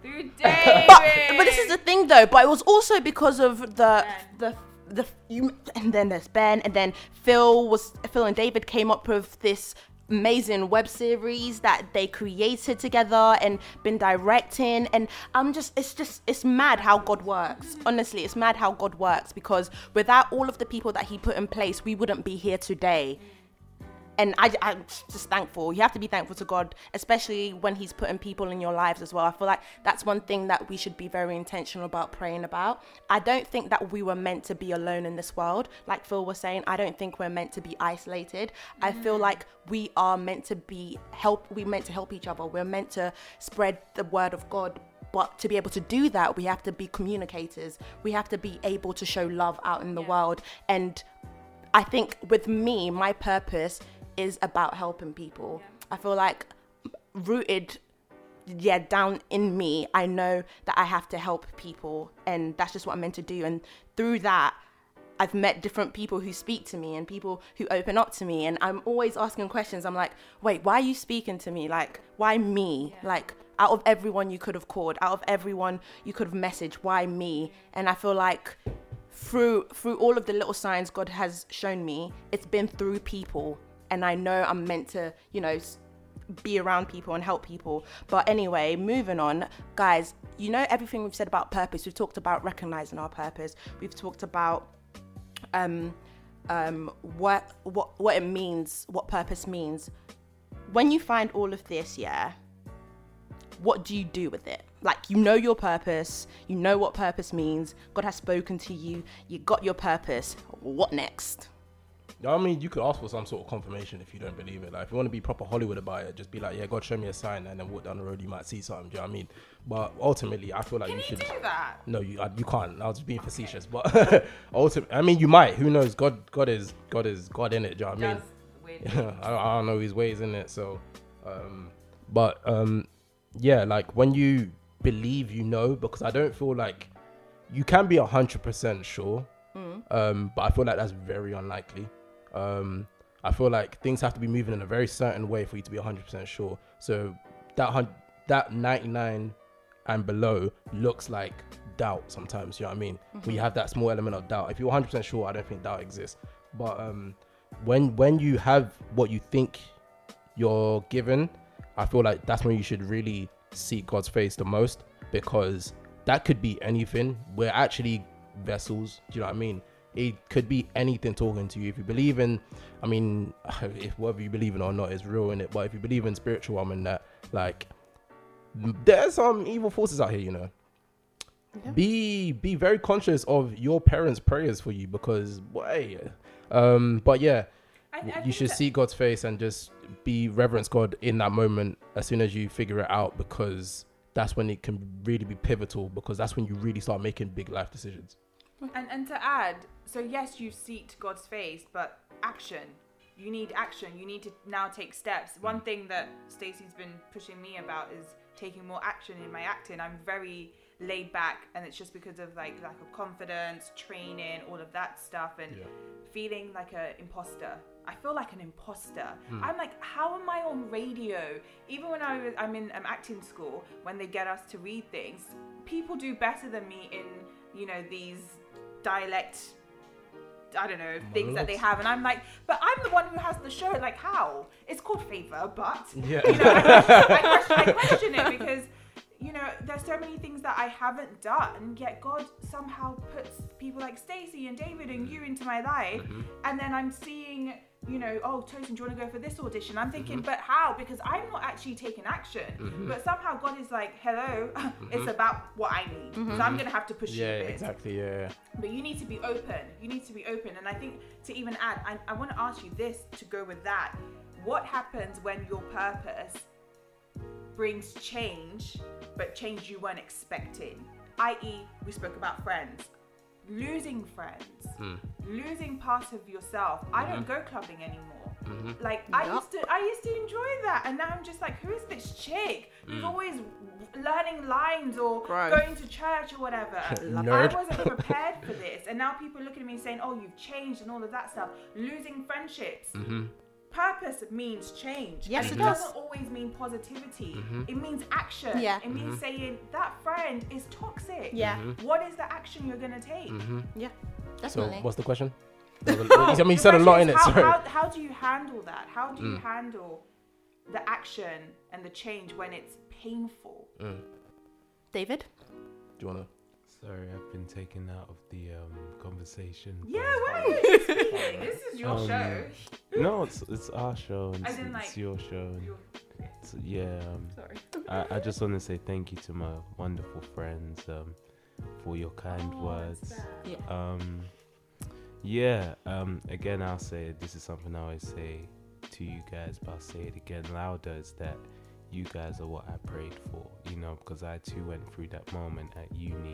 Speaker 4: through David.
Speaker 1: but but this is the thing though. But it was also because of the the the you, and then there's Ben and then Phil was Phil and David came up with this amazing web series that they created together and been directing and I'm just it's just it's mad how God works. Honestly, it's mad how God works because without all of the people that he put in place, we wouldn't be here today and I, am just thankful. You have to be thankful to God, especially when He's putting people in your lives as well. I feel like that's one thing that we should be very intentional about praying about. I don't think that we were meant to be alone in this world. Like Phil was saying, I don't think we're meant to be isolated. I feel like we are meant to be help. We meant to help each other. We're meant to spread the word of God But to be able to do that, we have to be communicators. We have to be able to show love out in the
Speaker 4: Yeah.
Speaker 1: world. And I think with me, my purpose is about helping people. I feel like rooted yeah down in me i know that i have to help people and that's just what i'm meant to do and through that i've met different people who speak to me and people who open up to me and i'm always asking questions i'm like wait why are you speaking to me like why me like out of everyone you could have called out of everyone you could have messaged why me and i feel like through through all of the little signs God has shown me, it's been through people, and I know I'm meant to, you know, s- be around people and help people. But anyway, moving on, guys. You know everything we've said about purpose. We've talked about recognizing our purpose. We've talked about um, um, what what what it means, what purpose means. When you find all of this, yeah, what do you do with it? Like you know your purpose, you know what purpose means. God has spoken to you. You got your purpose. What next?
Speaker 3: I mean, you could ask for some sort of confirmation if you don't believe it. Like, if you want to be proper Hollywood about it, just be like, "Yeah, God, show me a sign," and then walk down the road, you might see something. Do you know what I mean? But ultimately, I feel like
Speaker 4: Can
Speaker 3: you
Speaker 4: you
Speaker 3: should.
Speaker 4: do that?
Speaker 3: No, you uh, you can't. I was being facetious, but ultimately, I mean, you might. Who knows? God, God is God is God in it. Do you know what I mean?
Speaker 4: That's weird.
Speaker 3: I, I don't know his ways in it. So, um, but um, yeah, like when you believe you know, because I don't feel like you can be hundred percent sure, um, but I feel like that's very unlikely. Um, I feel like things have to be moving in a very certain way for you to be hundred percent sure. So that hun- that ninety nine and below looks like doubt sometimes you know what i mean we have that small element of doubt if you're 100% sure i don't think doubt exists but um when when you have what you think you're given i feel like that's when you should really seek god's face the most because that could be anything we're actually vessels do you know what i mean it could be anything talking to you if you believe in i mean if whether you believe in it or not is real in it but if you believe in spiritual realm and that like there's some evil forces out here, you know. Be be very conscious of your parents' prayers for you because why? Um, but yeah,
Speaker 4: I- I
Speaker 3: you
Speaker 4: think
Speaker 3: should
Speaker 4: that-
Speaker 3: see God's face and just be reverence God in that moment as soon as you figure it out because that's when it can really be pivotal because that's when you really start making big life decisions.
Speaker 4: And and to add, so yes, you seeked God's face, but action. You need action. You need to now take steps. One thing that Stacey's been pushing me about is taking more action in my acting. I'm very laid back, and it's just because of like lack of confidence, training, all of that stuff, and
Speaker 3: Yeah.
Speaker 4: feeling like an imposter. I feel like an imposter. I'm like, how am I on radio? Even when I was, I'm in um, acting school, when they get us to read things, people do better than me in, you know, these dialect, I don't know, things that they
Speaker 3: Monologues.
Speaker 4: have. And I'm like, but I'm the one who has the show. Like, how? It's called Favor, but
Speaker 3: Yeah.
Speaker 4: you know, I, question, I question it because you know there's so many things that I haven't done, yet God somehow puts people like Stacey and David and you into my life,
Speaker 3: Mm-hmm.
Speaker 4: and then I'm seeing. You know, oh, Tosin, do you want to go for this audition? I'm thinking,
Speaker 3: Mm-hmm.
Speaker 4: but how? Because I'm not actually taking action. But somehow God is like, hello, it's about what I need. So I'm going to have to pursue
Speaker 3: Mm-hmm. Yeah,
Speaker 4: this.
Speaker 3: exactly. Yeah,
Speaker 4: But you need to be open. You need to be open. And I think to even add, I, I want to ask you this to go with that. What happens when your purpose brings change, but change you weren't expecting? I.e., we spoke about friends. Losing friends, losing part of yourself. I don't go clubbing anymore. Like I
Speaker 1: Yup.
Speaker 4: used to, I used to enjoy that, and now I'm just like, who is this chick who's always learning lines or
Speaker 1: Gross.
Speaker 4: going to church or whatever?
Speaker 3: Nerd.
Speaker 4: I wasn't prepared for this, and now people look at me saying, "Oh, you've changed" and all of that stuff. Losing friendships.
Speaker 3: Mm-hmm.
Speaker 4: Purpose means change.
Speaker 1: Yes,
Speaker 4: and
Speaker 1: it
Speaker 4: it
Speaker 1: does.
Speaker 4: doesn't always mean positivity.
Speaker 3: Mm-hmm.
Speaker 4: It means action.
Speaker 1: Yeah.
Speaker 4: It means saying that friend is toxic.
Speaker 1: Yeah.
Speaker 3: Mm-hmm.
Speaker 1: Mhm.
Speaker 4: What is the action you're gonna take?
Speaker 1: Yeah,
Speaker 3: So
Speaker 1: definitely.
Speaker 3: what's the question?
Speaker 4: Oh,
Speaker 3: I mean, you
Speaker 4: the
Speaker 3: said a lot in
Speaker 4: question
Speaker 3: it.
Speaker 4: is
Speaker 3: Sorry. Mm.
Speaker 4: How, how, how do you handle that? How do you handle the action and the change when it's painful?
Speaker 1: David.
Speaker 3: Do you wanna?
Speaker 2: Sorry, I've been taken out of the um, conversation.
Speaker 4: Yeah,
Speaker 2: but-
Speaker 4: why are you speaking? This is your
Speaker 3: Oh,
Speaker 2: Um,
Speaker 4: show.
Speaker 2: No, it's it's our show. And
Speaker 4: As
Speaker 2: it's,
Speaker 4: in,
Speaker 2: it's
Speaker 4: like,
Speaker 2: your show. And
Speaker 4: Your-
Speaker 2: it's, yeah. Um,
Speaker 4: Sorry.
Speaker 2: I, I just want to say thank you to my wonderful friends um, for your kind
Speaker 4: Oh, that's
Speaker 2: words.
Speaker 4: sad.
Speaker 1: Yeah.
Speaker 2: Um, yeah. Um, again, I'll say this is something I always say to you guys, but I'll say it again louder. Is that you guys are what I prayed for, you know, because I too went through that moment at uni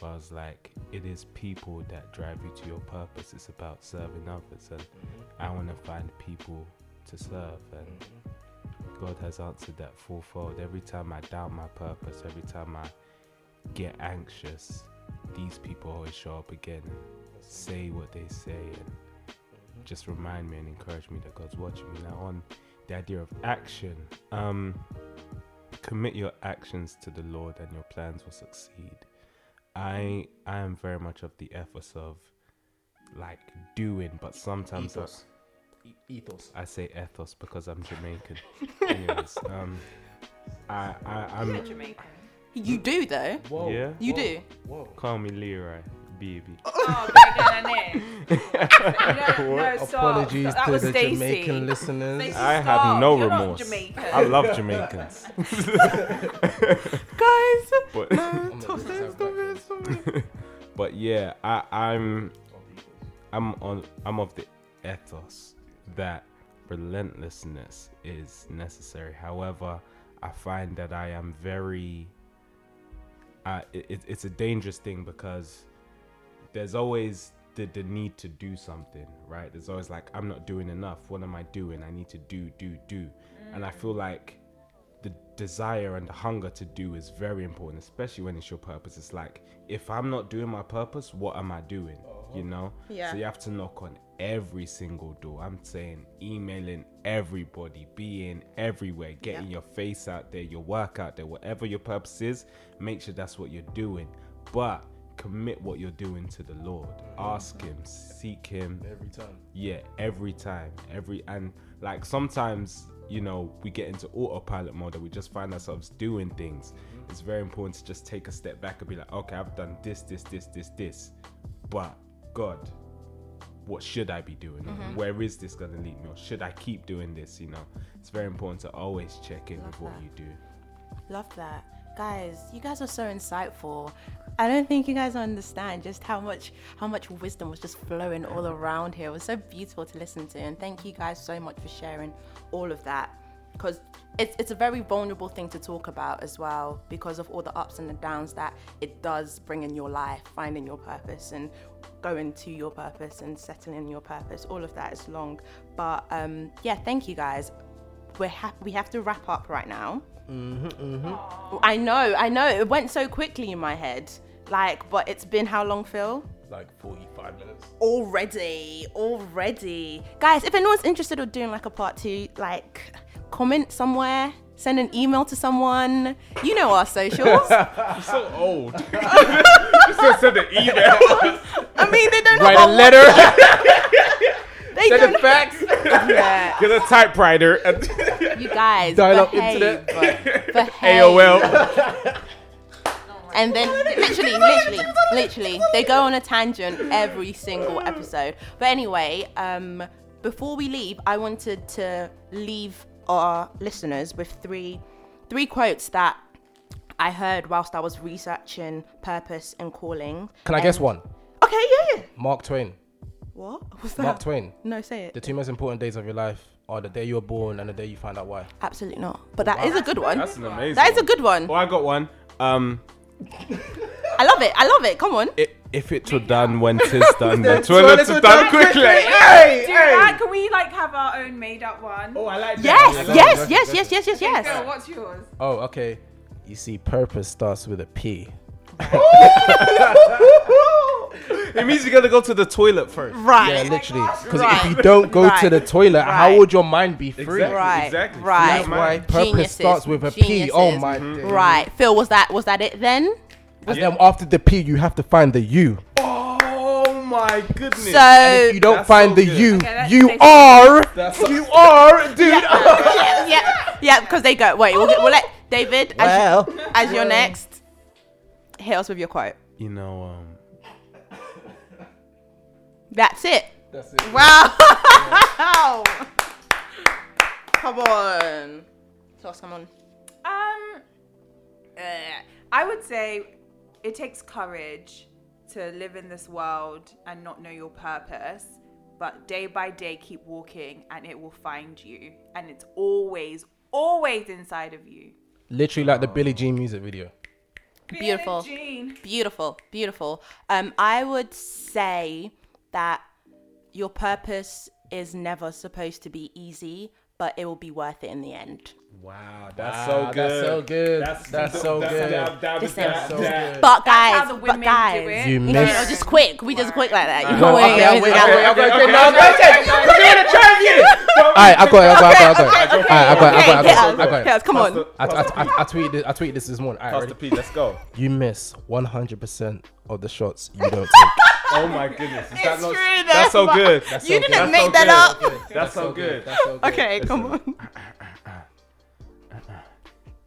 Speaker 2: where I was like, it is people that drive you to your purpose. It's about serving others, and I want to find people to serve, and God has answered that fourfold. Every time I doubt my purpose, every time I get anxious, these people always show up again and say what they say and just remind me and encourage me that God's watching me. Now on the idea of action, um, commit your actions to the Lord and your plans will succeed. I I am very much of the ethos of like doing, but sometimes I-
Speaker 3: Ethos. E- ethos.
Speaker 2: I say ethos because I'm Jamaican. Anyways, um, I, I
Speaker 4: You're
Speaker 2: I'm
Speaker 4: Jamaican.
Speaker 1: You do though.
Speaker 3: Whoa.
Speaker 2: Yeah?
Speaker 1: You
Speaker 3: whoa,
Speaker 1: do.
Speaker 3: Whoa.
Speaker 2: call me Leroy, baby.
Speaker 4: Oh, but again, I know. No, no, stop.
Speaker 3: Apologies
Speaker 4: that
Speaker 3: to
Speaker 4: was
Speaker 3: the
Speaker 4: Stacey.
Speaker 3: Jamaican listeners. Oh
Speaker 4: Stacey.
Speaker 2: I
Speaker 4: Stop,
Speaker 2: have no
Speaker 4: you're not
Speaker 2: remorse.
Speaker 4: Jamaican.
Speaker 2: I love Jamaicans.
Speaker 1: Guys,
Speaker 2: but
Speaker 3: I'm gonna do this out back.
Speaker 2: but yeah, I, I'm
Speaker 3: Of ethos.
Speaker 2: I'm on I'm of the ethos that relentlessness is necessary. However, I find that I am very uh, it, it- it's a dangerous thing because there's always the, the need to do something, right? There's always like I'm not doing enough. What am I doing? I need to do do do. And I feel like the desire and the hunger to do is very important, especially when it's your purpose. It's like if I'm not doing my purpose, what am I doing? You know?
Speaker 1: Yeah.
Speaker 2: So you have to knock on every single door. I'm saying emailing everybody, being everywhere, getting your face out there, your work out there, whatever your purpose is, make sure that's what you're doing. But commit what you're doing to the Lord. Ask him, seek him,
Speaker 3: Every time.
Speaker 2: yeah, every time, every and like sometimes you know we get into autopilot mode and we just find ourselves doing things.
Speaker 1: Mm-hmm.
Speaker 2: It's very important to just take a step back and be like, okay, I've done this, this, this, this, this, but God, what should I be doing?
Speaker 1: Mm-hmm.
Speaker 2: Where is this going to lead me? Or should I keep doing this? You know, it's very important to always check in with what
Speaker 1: that.
Speaker 2: you do.
Speaker 1: Love that. Guys, you guys are so insightful. I don't think you guys understand just how much how much wisdom was just flowing all around here. It was so beautiful to listen to and thank you guys so much for sharing all of that. Because it's, it's a very vulnerable thing to talk about as well because of all the ups and the downs that it does bring in your life, finding your purpose and going to your purpose and settling your purpose. All of that is long. But um, yeah, thank you guys. We're hap we have to wrap up right now. I know, I know. It went so quickly in my head. Like, but it's been how long, Phil?
Speaker 3: Like 45 minutes.
Speaker 2: Oh,
Speaker 1: Already, already. Guys, if anyone's interested in doing like a part two, like comment somewhere, send an email to someone. You know our socials.
Speaker 2: I'm so old. just send an email,
Speaker 1: I mean, they don't
Speaker 2: write
Speaker 1: have
Speaker 2: a
Speaker 1: our-
Speaker 2: letter,
Speaker 1: They
Speaker 2: send a
Speaker 1: don't.
Speaker 2: fax,
Speaker 1: Yeah,
Speaker 2: get a typewriter, and
Speaker 1: you guys
Speaker 3: Dial up
Speaker 1: behave,
Speaker 3: internet.
Speaker 1: behave.
Speaker 2: AOL.
Speaker 1: and then literally, literally, literally, they go on a tangent every single episode. But anyway, um, before we leave, I wanted to leave our listeners with three, three quotes that I heard whilst I was researching purpose and calling.
Speaker 3: Can I guess one?
Speaker 1: Okay, yeah, yeah.
Speaker 3: Mark Twain.
Speaker 1: What was that?
Speaker 3: Mark Twain.
Speaker 1: No, say it.
Speaker 3: The two most important days of your life are the day you were born and the day you find out why.
Speaker 1: Absolutely not. But that is a good one.
Speaker 2: That's an amazing.
Speaker 1: That is a
Speaker 2: one.
Speaker 1: good one.
Speaker 2: Oh, I got one. Um,
Speaker 1: I love it. I love it. Come on.
Speaker 2: i- if it were done when tis done, then
Speaker 3: Twill
Speaker 2: twill
Speaker 3: it
Speaker 2: it's
Speaker 3: were
Speaker 2: done
Speaker 3: done
Speaker 2: quickly.
Speaker 3: quickly.
Speaker 2: Hey,
Speaker 4: Do that. Can we like have our own made-up one?
Speaker 2: Oh, I like
Speaker 1: Yes,
Speaker 3: Yeah,
Speaker 1: yes,
Speaker 3: that's-
Speaker 1: yes, yes, yes, yes,
Speaker 4: Phil,
Speaker 1: yes.
Speaker 4: what's yours?
Speaker 3: Oh, okay. You see, purpose starts with a P.
Speaker 2: It means you gotta go to the toilet first.
Speaker 3: Yeah,
Speaker 1: Right.
Speaker 3: literally. Because
Speaker 1: Right.
Speaker 3: if you don't go to
Speaker 1: Right.
Speaker 3: the toilet, how
Speaker 1: Right.
Speaker 3: would your mind be free?
Speaker 2: Exactly.
Speaker 1: Right,
Speaker 2: exactly.
Speaker 1: right.
Speaker 3: That's why purpose
Speaker 1: Geniuses,
Speaker 3: starts with a P.
Speaker 1: geniuses.
Speaker 3: Oh
Speaker 1: Mm-hmm.
Speaker 3: my. days.
Speaker 1: Right. Phil, was that was that it then?
Speaker 3: And then after the P, you have to find the U.
Speaker 2: Oh my goodness.
Speaker 1: So
Speaker 3: If you don't
Speaker 2: That's
Speaker 3: find
Speaker 2: so
Speaker 3: the
Speaker 2: good.
Speaker 3: U,
Speaker 4: Okay, that's
Speaker 3: you
Speaker 4: basically-
Speaker 3: are.
Speaker 2: That's-
Speaker 3: you are, dude.
Speaker 1: yeah, yeah, yeah, because they go. Wait, we'll, get, we'll let David as,
Speaker 3: Well.
Speaker 1: you, as your next. Hit us with your quote.
Speaker 2: you know, um,
Speaker 1: That's it.
Speaker 3: That's it.
Speaker 1: Wow. Come on. Tell us, come on.
Speaker 4: Um, uh, I would say it takes courage to live in this world and not know your purpose, but day by day keep walking and it will find you. And it's always, always inside of you.
Speaker 3: Literally like the Billie Jean music video.
Speaker 1: Beautiful.
Speaker 4: Billie Jean.
Speaker 1: Beautiful, beautiful. Um, I would say that your purpose is never supposed to be easy, but it will be worth it in the end.
Speaker 2: Wow, that's
Speaker 3: Wow,
Speaker 2: so good.
Speaker 3: that's so good. That's so good.
Speaker 2: That, that,
Speaker 1: This
Speaker 2: that-
Speaker 1: sounds
Speaker 3: so
Speaker 2: that-
Speaker 3: good.
Speaker 1: But
Speaker 4: That's how
Speaker 1: guys,
Speaker 4: the
Speaker 1: but
Speaker 4: women do
Speaker 1: guys,
Speaker 4: it.
Speaker 3: You
Speaker 1: you know,
Speaker 3: miss-
Speaker 1: you're just quick. We just quick like that. You
Speaker 3: No,
Speaker 1: know,
Speaker 3: okay,
Speaker 1: yeah,
Speaker 3: wait, wait,
Speaker 1: yeah.
Speaker 3: wait, I'm gonna- okay, now I'm gonna
Speaker 2: okay,
Speaker 3: change. Cause
Speaker 2: okay,
Speaker 3: you're gonna try me. Alright, I got it, I got it, I got it, I got it. Alright, I got it, I got it, I got it, I got it.
Speaker 1: Okay, guys, come on.
Speaker 2: Pastor-
Speaker 3: I, I, I, I tweeted this, I tweeted this this morning. All right,
Speaker 2: Pastor
Speaker 3: ready?
Speaker 2: P, let's go.
Speaker 3: You miss 100% of the shots you don't take.
Speaker 2: Oh my goodness, is that
Speaker 1: It's
Speaker 2: not?
Speaker 1: true, though,
Speaker 2: That's so
Speaker 1: but
Speaker 2: good.
Speaker 1: You
Speaker 3: so
Speaker 1: didn't
Speaker 3: good.
Speaker 1: make that up.
Speaker 2: That's so good.
Speaker 3: That's so good.
Speaker 1: Okay, come on.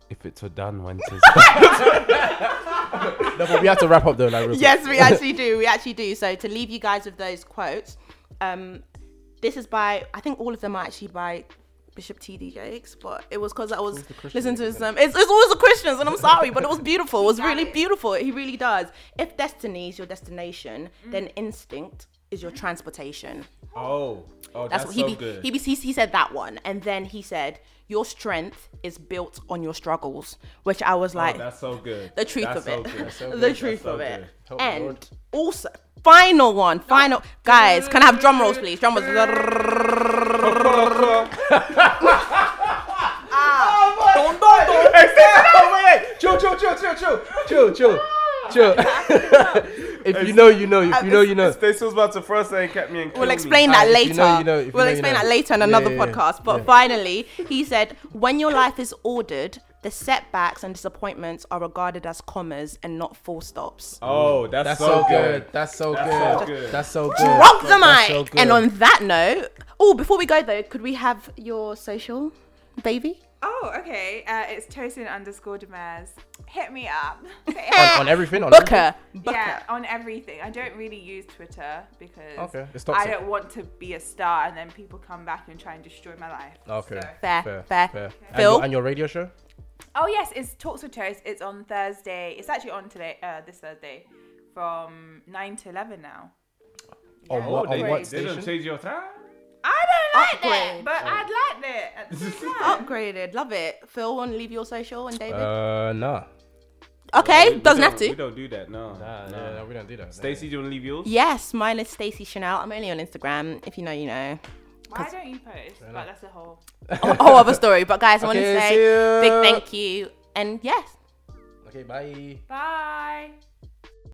Speaker 2: If it's were done, when tis
Speaker 3: No, but we have to wrap up though, like real quick.
Speaker 1: yes, we actually do. We actually do. So to leave you guys with those quotes, um, this is by I think all of them are actually by Bishop T D Jakes, but it was because I was listening to some. It's, it's always the Christians, and I'm sorry, but it was beautiful. It was really beautiful. He really does. If destiny is your destination, then instinct is your transportation.
Speaker 2: Oh, oh,
Speaker 1: That's,
Speaker 2: that's,
Speaker 1: what he
Speaker 2: so
Speaker 1: be,
Speaker 2: good.
Speaker 1: he, be, he he said that one, and then he said your strength is built on your struggles, which I was
Speaker 2: oh,
Speaker 1: like,
Speaker 2: that's so good.
Speaker 1: the truth
Speaker 2: That's
Speaker 1: of
Speaker 2: so
Speaker 1: it.
Speaker 2: good.
Speaker 1: the truth
Speaker 2: so
Speaker 1: of it.
Speaker 2: good.
Speaker 3: Help me,
Speaker 1: and
Speaker 3: Lord.
Speaker 1: also, final one, final guys, can I have drum rolls, please? Drum rolls. Ah.
Speaker 3: Chill, chill, chill, chill, chill, chill, chill, chill. if you know, you know. If you know, you know.
Speaker 2: Stacey was about to first say kept me and
Speaker 1: We'll
Speaker 2: kill
Speaker 1: explain
Speaker 2: Me.
Speaker 1: that
Speaker 3: Alright,
Speaker 1: later.
Speaker 3: if you know, you know, if you
Speaker 1: we'll
Speaker 3: know, you
Speaker 1: explain
Speaker 3: know.
Speaker 1: that later in
Speaker 3: Yeah,
Speaker 1: another
Speaker 3: yeah, yeah.
Speaker 1: podcast. But
Speaker 3: Yeah.
Speaker 1: finally, he said, when your life is ordered, the setbacks and disappointments are regarded as commas and not full stops.
Speaker 2: Oh, that's,
Speaker 3: That's
Speaker 2: so, good.
Speaker 3: That's so
Speaker 2: That's so
Speaker 3: good.
Speaker 2: good.
Speaker 3: That's so good.
Speaker 1: Drop the
Speaker 3: That's so
Speaker 1: mic.
Speaker 3: good.
Speaker 1: and on that note, oh, before we go though, could we have your social, baby?
Speaker 4: Oh, okay. Uh, it's Tosin underscore Demers. Hit me up. Say
Speaker 3: on, on everything. On
Speaker 1: Booker. Booker.
Speaker 4: Yeah, on everything. I don't really use Twitter because
Speaker 3: Okay, it's
Speaker 4: I
Speaker 3: toxic.
Speaker 4: don't want to be a star and then people come back and try and destroy my life.
Speaker 3: Everything. Okay.
Speaker 4: So-
Speaker 1: Fair, fair.
Speaker 3: And
Speaker 1: Phil?
Speaker 3: your, and your radio show?
Speaker 4: Oh yes, it's Talks with Toast. It's on Thursday. It's actually on today, uh, this Thursday, from nine to eleven now.
Speaker 3: On what, on
Speaker 4: they-
Speaker 3: what
Speaker 4: they
Speaker 2: Oh, They don't
Speaker 3: station?
Speaker 2: change your time.
Speaker 4: I don't like
Speaker 1: Upgrade.
Speaker 4: that, but I'd like that at the same time.
Speaker 1: Upgraded, love it. Phil, want to leave your social and David?
Speaker 3: Uh, nah.
Speaker 1: okay,
Speaker 2: We- we
Speaker 1: doesn't have
Speaker 2: We
Speaker 1: to.
Speaker 2: don't do that. No.
Speaker 3: Nah,
Speaker 2: no.
Speaker 3: nah, we don't do that.
Speaker 2: Stacey, do you want to leave yours?
Speaker 1: Yes, mine is Stacey Chanel. I'm only on Instagram. If you know, you know.
Speaker 4: Why don't you post? But that's a whole.
Speaker 1: A whole other story. But guys, I want to
Speaker 3: Okay,
Speaker 1: say
Speaker 3: see ya.
Speaker 1: big thank you and yes.
Speaker 3: Okay, bye.
Speaker 4: Bye.